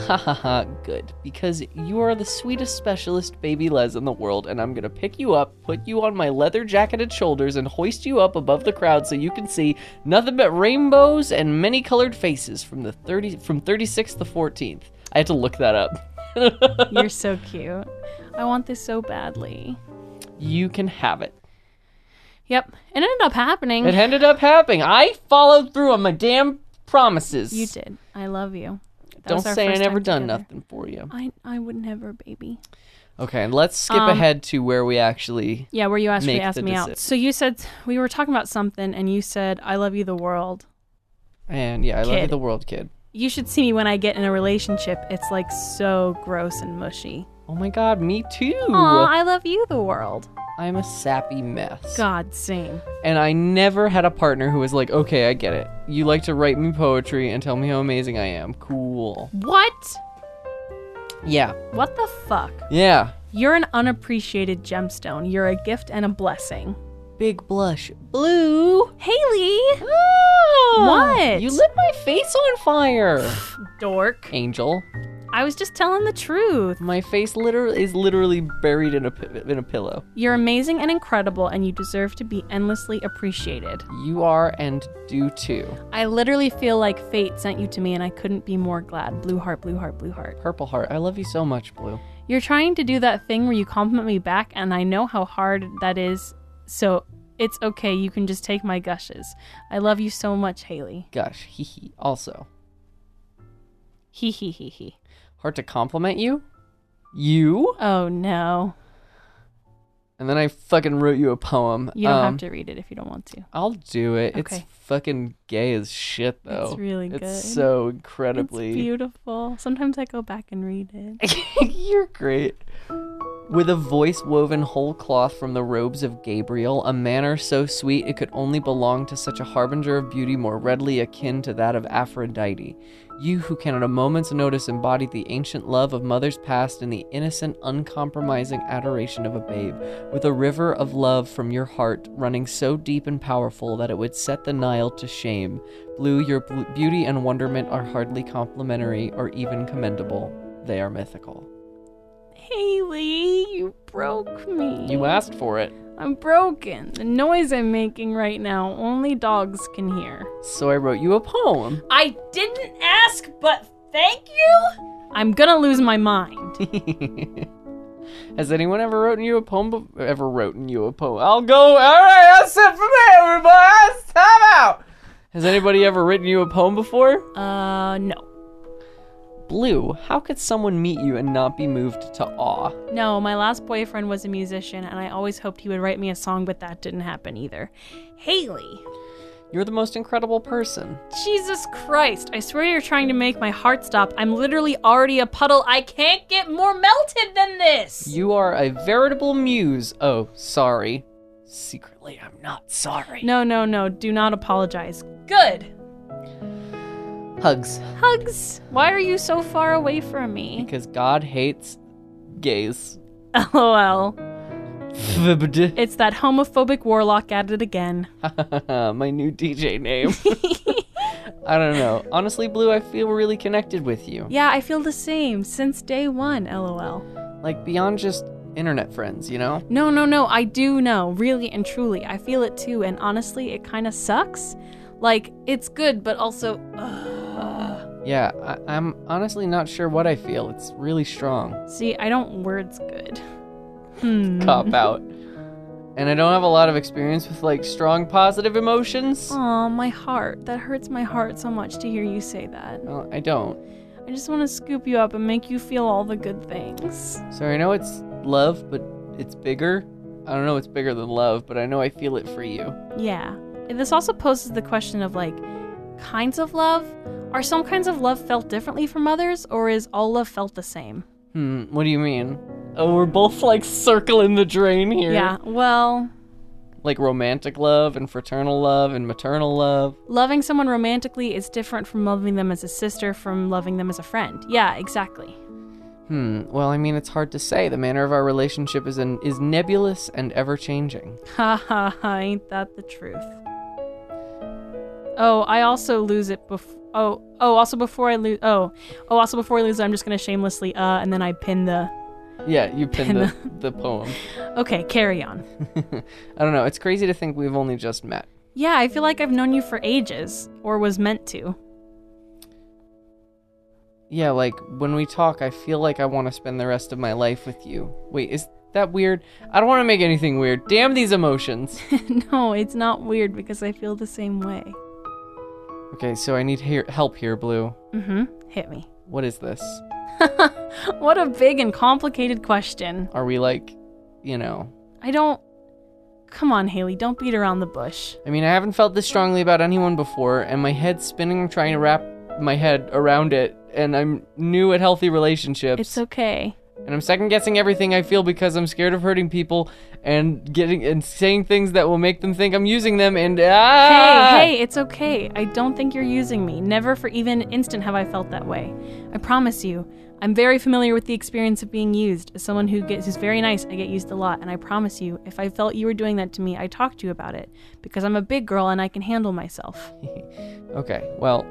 Ha ha ha, good. Because you are the sweetest specialist baby Les in the world, and I'm gonna pick you up, put you on my leather jacketed shoulders, and hoist you up above the crowd so you can see nothing but rainbows and many colored faces from the 30 from 36th to 14th. I had to look that up.
You're so cute. I want this so badly.
you can have it.
Yep. It ended up happening.
It ended up happening. I followed through on my damn promises.
you did. I love you. That
Don't
was our
say I
first
never
time
done
together.
nothing for you.
I, I would never, baby.
Okay, let's skip
Um,
ahead to where we actually.
Yeah, where you asked me
Make
asked
the
me
decision.
out. So you said we were talking about something and you said I love you the world.
And yeah, I love you,
Kid.
the world, kid.
You should see me when I get in a relationship. It's like so gross and mushy.
Oh my god, me too.
Aw, I love you the world.
I'm a sappy mess.
God same.
And I never had a partner who was like, okay, I get it. You like to write me poetry and tell me how amazing I am. Cool.
What?
Yeah.
What the fuck?
Yeah.
You're an unappreciated gemstone. You're a gift and a blessing.
Big blush. Blue.
Haley!
Ah! You lit my face on fire.
dork.
Angel.
I was just telling the truth.
My face literally is literally buried in a, pi- in a pillow.
You're amazing and incredible, and you deserve to be endlessly appreciated.
You are and do too.
I literally feel like fate sent you to me, and I couldn't be more glad. Blue heart, blue heart, blue heart.
Purple heart. I love you so much, Blue.
You're trying to do that thing where you compliment me back, and I know how hard that is, so it's okay. You can just take my gushes. I love you so much, Haley.
Gosh. Hee hee. Also,
Hee hee hee hee.
hard to compliment you. You.
Oh no.
And then I fucking wrote you a poem.
You don't
Um,
have to read it if you don't want to.
I'll do it. It's
Okay.
fucking gay as shit, though.
It's really good.
It's so
It's
incredibly. [laughs]
beautiful. Sometimes I go back and read it.
You're great. With a voice woven whole cloth from the robes of Gabriel, a manner so sweet it could only belong to such a harbinger of beauty more readily akin to that of Aphrodite. You who can at a moment's notice embody the ancient love of mothers past and the innocent, uncompromising adoration of a babe, with a river of love from your heart running so deep and powerful that it would set the Nile to shame. Blue, your bl- beauty and wonderment are hardly complimentary or even commendable. They are mythical.
Haley, you broke me.
You asked for it.
I'm broken. The noise I'm making right now, only dogs can hear.
So I wrote you a poem.
I didn't ask, but thank you? I'm gonna lose my mind. [laughs]
Has anyone ever written you a poem? bef- Ever written you a poem? I'll go. All right, that's it for me, everybody. That's time out. Has anybody ever written you a poem before?
Uh, no.
Blue, how could someone meet you and not be moved to awe?
No, my last boyfriend was a musician, and I always hoped he would write me a song, but that didn't happen either. Haley,
You're the most incredible person.
Jesus Christ, I swear you're trying to make my heart stop. I'm literally already a puddle. I can't get more melted than this.
You are a veritable muse. Oh, sorry. Secretly, I'm not sorry.
No, no, no, do not apologize. Good.
Hugs.
Hugs. Why are you so far away from me? [laughs]
Because God hates gays. [laughs]
LOL.
Fibbed.
It's that homophobic warlock at it again.
[laughs] my new DJ name. [laughs] I don't know. Honestly, Blue, I feel really connected with you.
Yeah, I feel the same since day one, LOL.
Like beyond just internet friends, you know?
No, no, no, I do know, really and truly. I feel it too, and honestly, it kind of sucks. Like, it's good, but also. ugh.
Yeah, I- I'm honestly not sure what I feel. It's really strong.
See, I don't words good. Hmm. [laughs]
Cop out. And I don't have a lot of experience with like strong positive emotions.
Aw, my heart. That hurts my heart so much to hear you say that.
Well, I don't.
I just want to scoop you up and make you feel all the good things.
So I know it's love, but it's bigger. I don't know it's bigger than love, but I know I feel it for you.
Yeah. And This also poses the question of like kinds of love. Are some kinds of love felt differently from others, or is all love felt the same?
Hmm, what do you mean? Oh, we're both like circling the drain here.
Yeah, well,
like romantic love and fraternal love and maternal love.
loving someone romantically is different from loving them as a sister, from loving them as a friend. Yeah, exactly. [laughs]
Hmm. Well, I mean, it's hard to say. The manner of our relationship is an, is nebulous and ever changing.
Ha ha ha, ain't that the truth? Oh, I also lose it before. Oh, oh, also before I lose. Oh, oh, also before I lose, I'm just gonna shamelessly, uh, and then I pin the.
Yeah, you pinned [laughs] the, the poem.
Okay, carry on.
I don't know. It's crazy to think we've only just met.
Yeah, I feel like I've known you for ages, or was meant to. [laughs]
Yeah, like when we talk, I feel like I want to spend the rest of my life with you. Wait, is that weird? I don't want to make anything weird. Damn these emotions.
no, it's not weird because I feel the same way.
okay, so I need he- help here, Blue.
Mm-hmm. Hit me. [laughs]
What is this?
what a big and complicated question.
Are we like, you know?
I don't. Come on, Haley, don't beat around the bush.
I mean, I haven't felt this strongly about anyone before, and my head's spinning trying to wrap my head around it, and I'm new at healthy relationships.
It's okay.
and I'm second guessing everything I feel because I'm scared of hurting people and getting and saying things that will make them think I'm using them and ah!
Hey, hey, it's okay. I don't think you're using me. Never for even an instant have I felt that way. I promise you. I'm very familiar with the experience of being used. As someone who gets who's very nice, I get used a lot, and I promise you, if I felt you were doing that to me, I talked to you about it because I'm a big girl and I can handle myself.
Okay, well,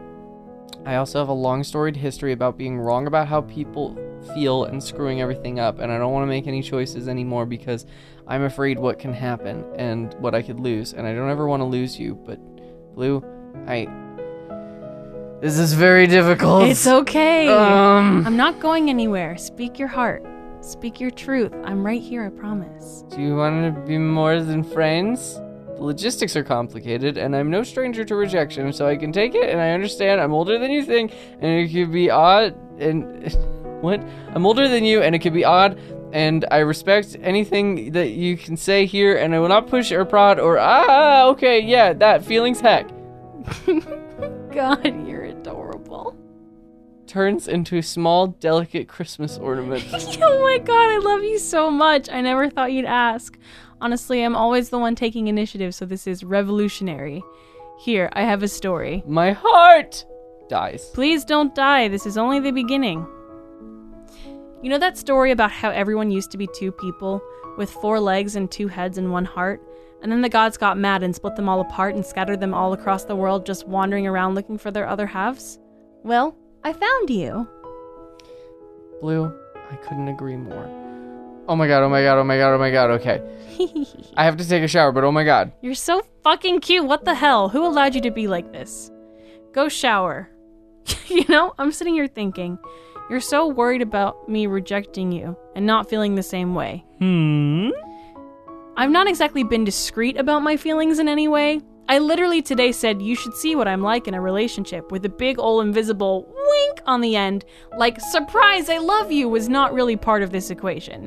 I also have a long storied history about being wrong about how people feel and screwing everything up, and I don't want to make any choices anymore because I'm afraid what can happen and what I could lose, and I don't ever want to lose you, but Blue, I. This is very difficult.
It's okay.
Oh. Um,
I'm not going anywhere. Speak your heart. Speak your truth. I'm right here, I promise. [laughs]
Do you want to be more than friends? The logistics are complicated, and I'm no stranger to rejection, so I can take it, and I understand I'm older than you think, and it could be odd, and. [laughs] What? I'm older than you, and it could be odd, and I respect anything that you can say here, and I will not push or prod or. Ah, okay, yeah, that feeling's heck.
God, you're adorable.
turns into small, delicate Christmas ornaments.
[laughs]
[laughs]
oh my god, I love you so much. I never thought you'd ask. Honestly, I'm always the one taking initiative, so this is revolutionary. Here, I have a story.
My heart dies.
Please don't die. This is only the beginning. You know that story about how everyone used to be two people, with four legs and two heads and one heart? And then the gods got mad and split them all apart and scattered them all across the world, just wandering around looking for their other halves? Well, I found you. [laughs]
Blue, I couldn't agree more. Oh my god, oh my god, oh my god, oh my god, okay. I have to take a shower, but oh my god.
You're so fucking cute. What the hell? Who allowed you to be like this? Go shower. [laughs] you know, I'm sitting here thinking, you're so worried about me rejecting you and not feeling the same way.
Hmm?
I've not exactly been discreet about my feelings in any way. I literally today said you should see what I'm like in a relationship with a big ol' invisible wink on the end, like surprise, I love you was not really part of this equation,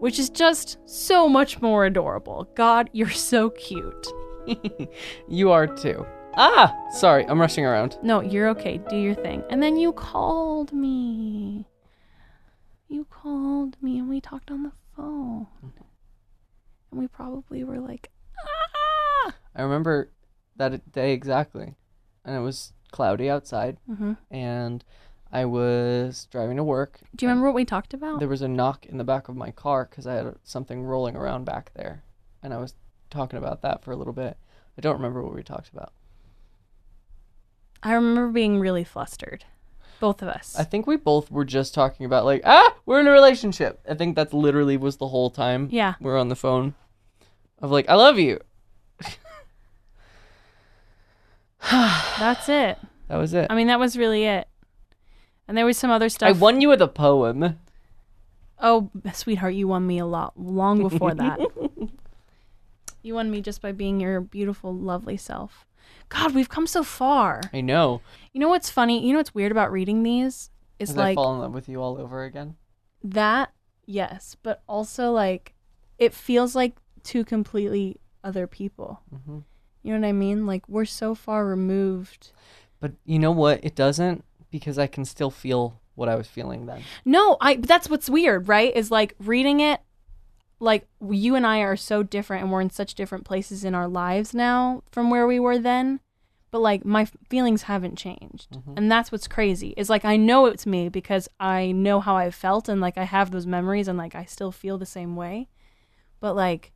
which is just so much more adorable. God, you're so cute. [laughs]
You are too. Ah! Sorry, I'm rushing around.
No, you're okay. Do your thing. And then you called me. You called me and we talked on the phone. And we probably were like, ah!
I remember that day exactly. And it was cloudy outside, and I was driving to work.
Do you remember what we talked about?
There was a knock in the back of my car because I had something rolling around back there. And I was talking about that for a little bit. I don't remember what we talked about.
I remember being really flustered. Both of us.
I think we both were just talking about like, ah, we're in a relationship. I think that's literally was the whole time.
Yeah.
we are on the phone. Of like, I love you.
That's it.
That was it.
I mean, that was really it. And there was some other stuff.
I won you with a poem.
Oh, sweetheart, you won me a lot long
[laughs]
before that. you won me just by being your beautiful, lovely self. God, we've come so far.
I know.
You know what's funny? You know what's weird about reading these? Is
Did I
like
fall in love with you all over again?
that, yes, but also like it feels like two completely other people.
Mhm.
You know what I mean? Like we're so far removed.
But you know what? It doesn't because I can still feel what I was feeling then.
No, I but that's what's weird, right? Is like reading it like you and I are so different and we're in such different places in our lives now from where we were then. But like my f- feelings haven't changed. And that's what's crazy. Is like I know it's me because I know how I felt and like I have those memories and like I still feel the same way. But like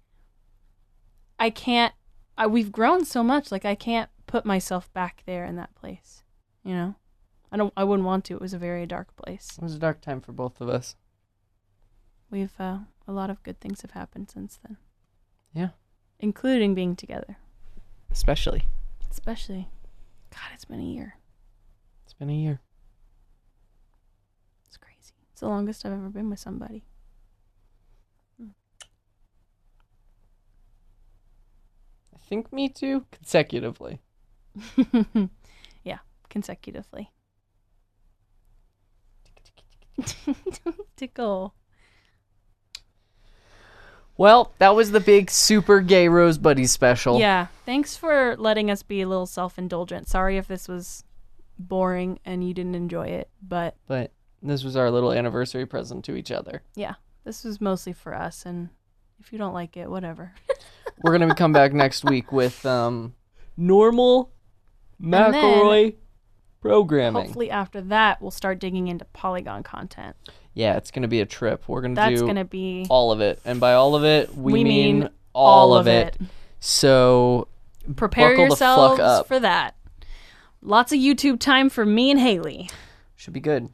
I can't I we've grown so much like I can't put myself back there in that place. You know? I don't I wouldn't want to. It was a very dark place
It was a dark time for both of us.
we've uh, a lot of good things have happened since then
Yeah,
including being together
especially.
especially god it's been a year
It's been a year.
it's crazy it's the longest i've ever been with somebody
I think me too. Consecutively.
yeah consecutively [laughs] tickle
Well, that was the big super gay Rose Buddy special.
yeah thanks for letting us be a little self-indulgent sorry if this was boring and you didn't enjoy it but
But this was our little anniversary present to each other.
yeah this was mostly for us and if you don't like it whatever
We're gonna come
[laughs]
back next week with um normal
then-
McElroy programming.
hopefully after that we'll start digging into polygon content
Yeah, it's gonna be a trip. We're gonna
that's
do
gonna be
all of it, and by all of it, we,
We
mean,
mean
all
all
of
of
it. So
prepare
Buckle the fuck
yourselves
up.
for that. Lots of YouTube time for me and Haley.
should be good.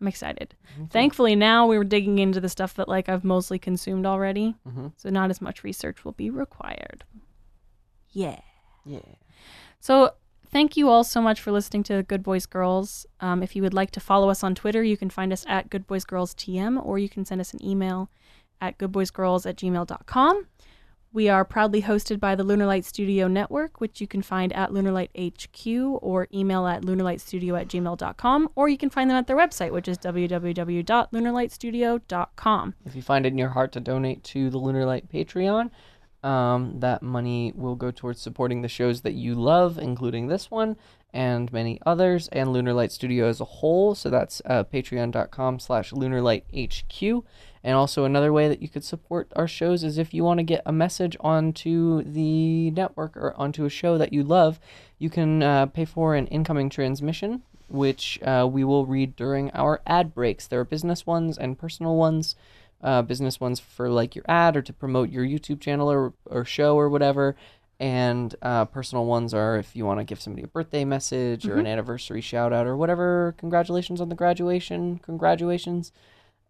I'm excited. Thankfully, now we were digging into the stuff that like I've mostly consumed already,
Mm-hmm.
so not as much research will be required. Yeah.
Yeah.
So thank you all so much for listening to Good Boys Girls. Um, if you would like to follow us on Twitter, you can find us at Good Boys Girls TM, or you can send us an email at goodboysgirls at gmail.com. We are proudly hosted by the Lunarlight Studio Network, which you can find at lunarlighthq or email at lunarlightstudio at gmail.com, or you can find them at their website, which is www.lunarlightstudio.com.
If you find it in your heart to donate to the Lunar Light Patreon, Um, that money will go towards supporting the shows that you love, including this one and many others, and Lunar Light Studio as a whole. So that's uh, patreon.com slash lunarlighthq. And also another way that you could support our shows is if you want to get a message onto the network or onto a show that you love, you can uh, pay for an incoming transmission, which uh, we will read during our ad breaks. There are business ones and personal ones uh, business ones for like your ad or to promote your YouTube channel or, or show or whatever. And uh, personal ones are if you want to give somebody a birthday message
Mm-hmm.
or an anniversary shout out or whatever. Congratulations on the graduation. Congratulations.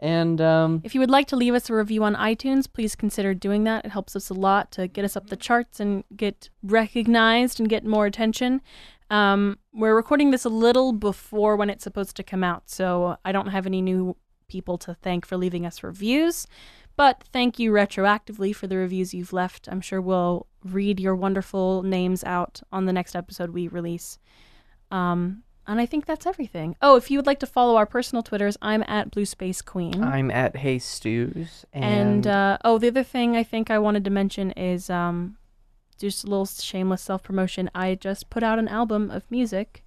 And um,
If you would like to leave us a review on iTunes, please consider doing that. It helps us a lot to get us up the charts and get recognized and get more attention. Um, we're recording this a little before when it's supposed to come out, so I don't have any new people to thank for leaving us reviews. But thank you retroactively for the reviews you've left. I'm sure we'll read your wonderful names out on the next episode we release. Um, and I think that's everything. Oh, if you would like to follow our personal Twitters, I'm at Blue Space Queen.
I'm at Hey Stews.
Mm-hmm. And
And,
uh, oh, the other thing I think I wanted to mention is um, just a little shameless self promotion. I just put out an album of music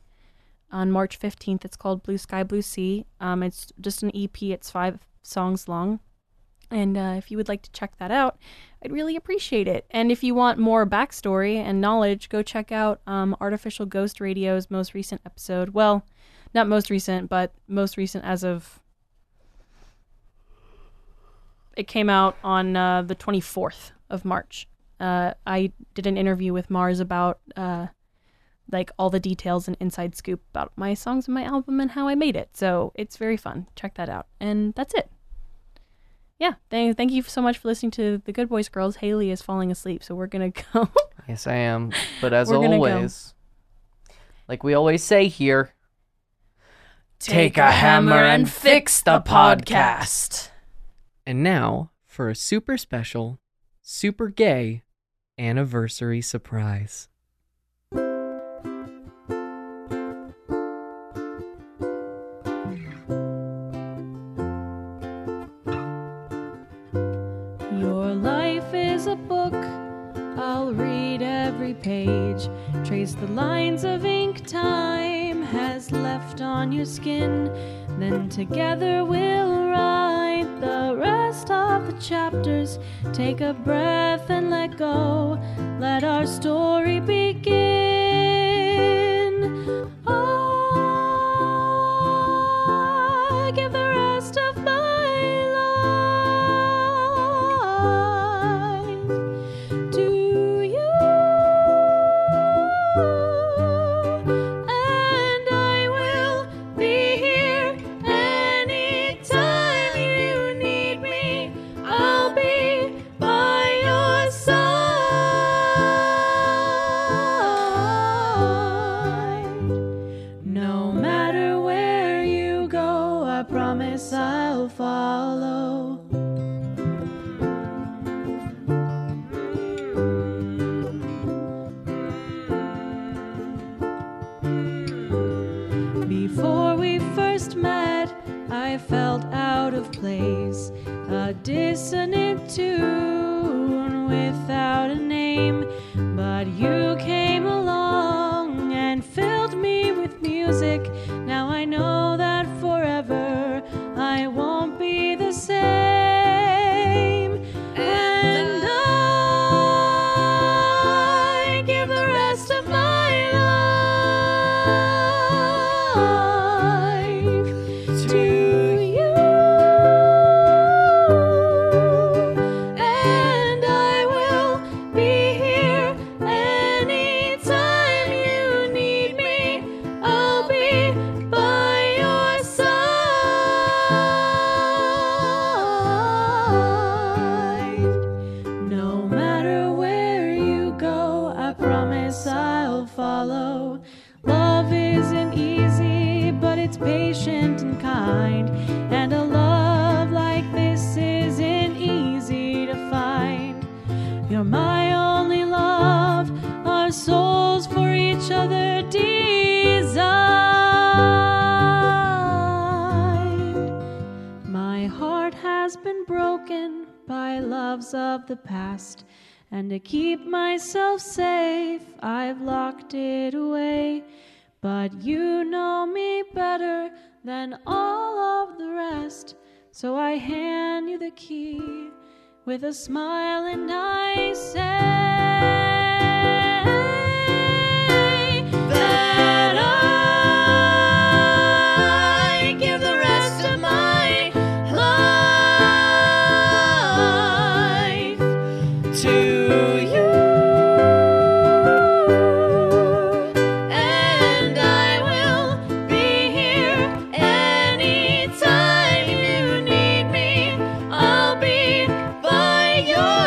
on March 15th. It's called Blue Sky, Blue Sea. Um, it's just an EP, it's five songs long. And uh, if you would like to check that out, I'd really appreciate it. And if you want more backstory and knowledge, go check out um, Artificial Ghost Radio's most recent episode. Well, not most recent, but most recent as of it came out on uh, the 24th of March. Uh, I did an interview with Mars about uh, like all the details and inside scoop about my songs and my album and how I made it. So it's very fun. Check that out. And that's it. Yeah. Thank, thank you so much for listening to the Good Boys Girls. Haley is falling asleep, so we're gonna [laughs] go.
yes, I am.
[laughs]
But as
We're gonna go.
always, like we always say here,
Take a hammer and fix the podcast.
And now for a super special, super gay anniversary surprise.
Your life is a book. I'll read every page. Trace the lines of ink time has left on your skin. Then together we'll write the rest of the chapters. Take a breath and let go. Let our story begin. I give the rest of my life to you, and I will be here anytime you need me. I'll be by your side. No matter where you go, I promise I'll follow. Before we first met, I felt out of place, a dissonant tune without a name. But you came along and filled me with music. Now I know that forever I won't be the same. And I give the rest of my life to you. And I will be here anytime you need me. I'll be by your side. No matter where you go, I promise I'll follow. Love isn't easy, but it's patient and kind. And a love like this isn't easy to find. You're my only love, our souls for each other designed. My heart has been broken by loves of the past, And to keep myself safe, I've locked it away. But you know me better than all of the rest. So I hand you the key with a smile and I say that I give the rest of my life to you. And I will be here anytime you need me. I'll be by your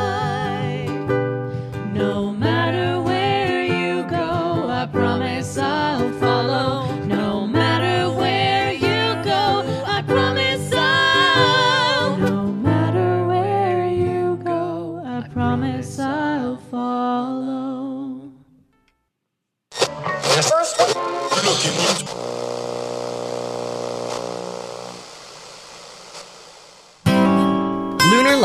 side. No matter where you go, I promise I'll follow. No matter where you go, I promise I'll. No matter where you go, I promise I'll follow.
Lunar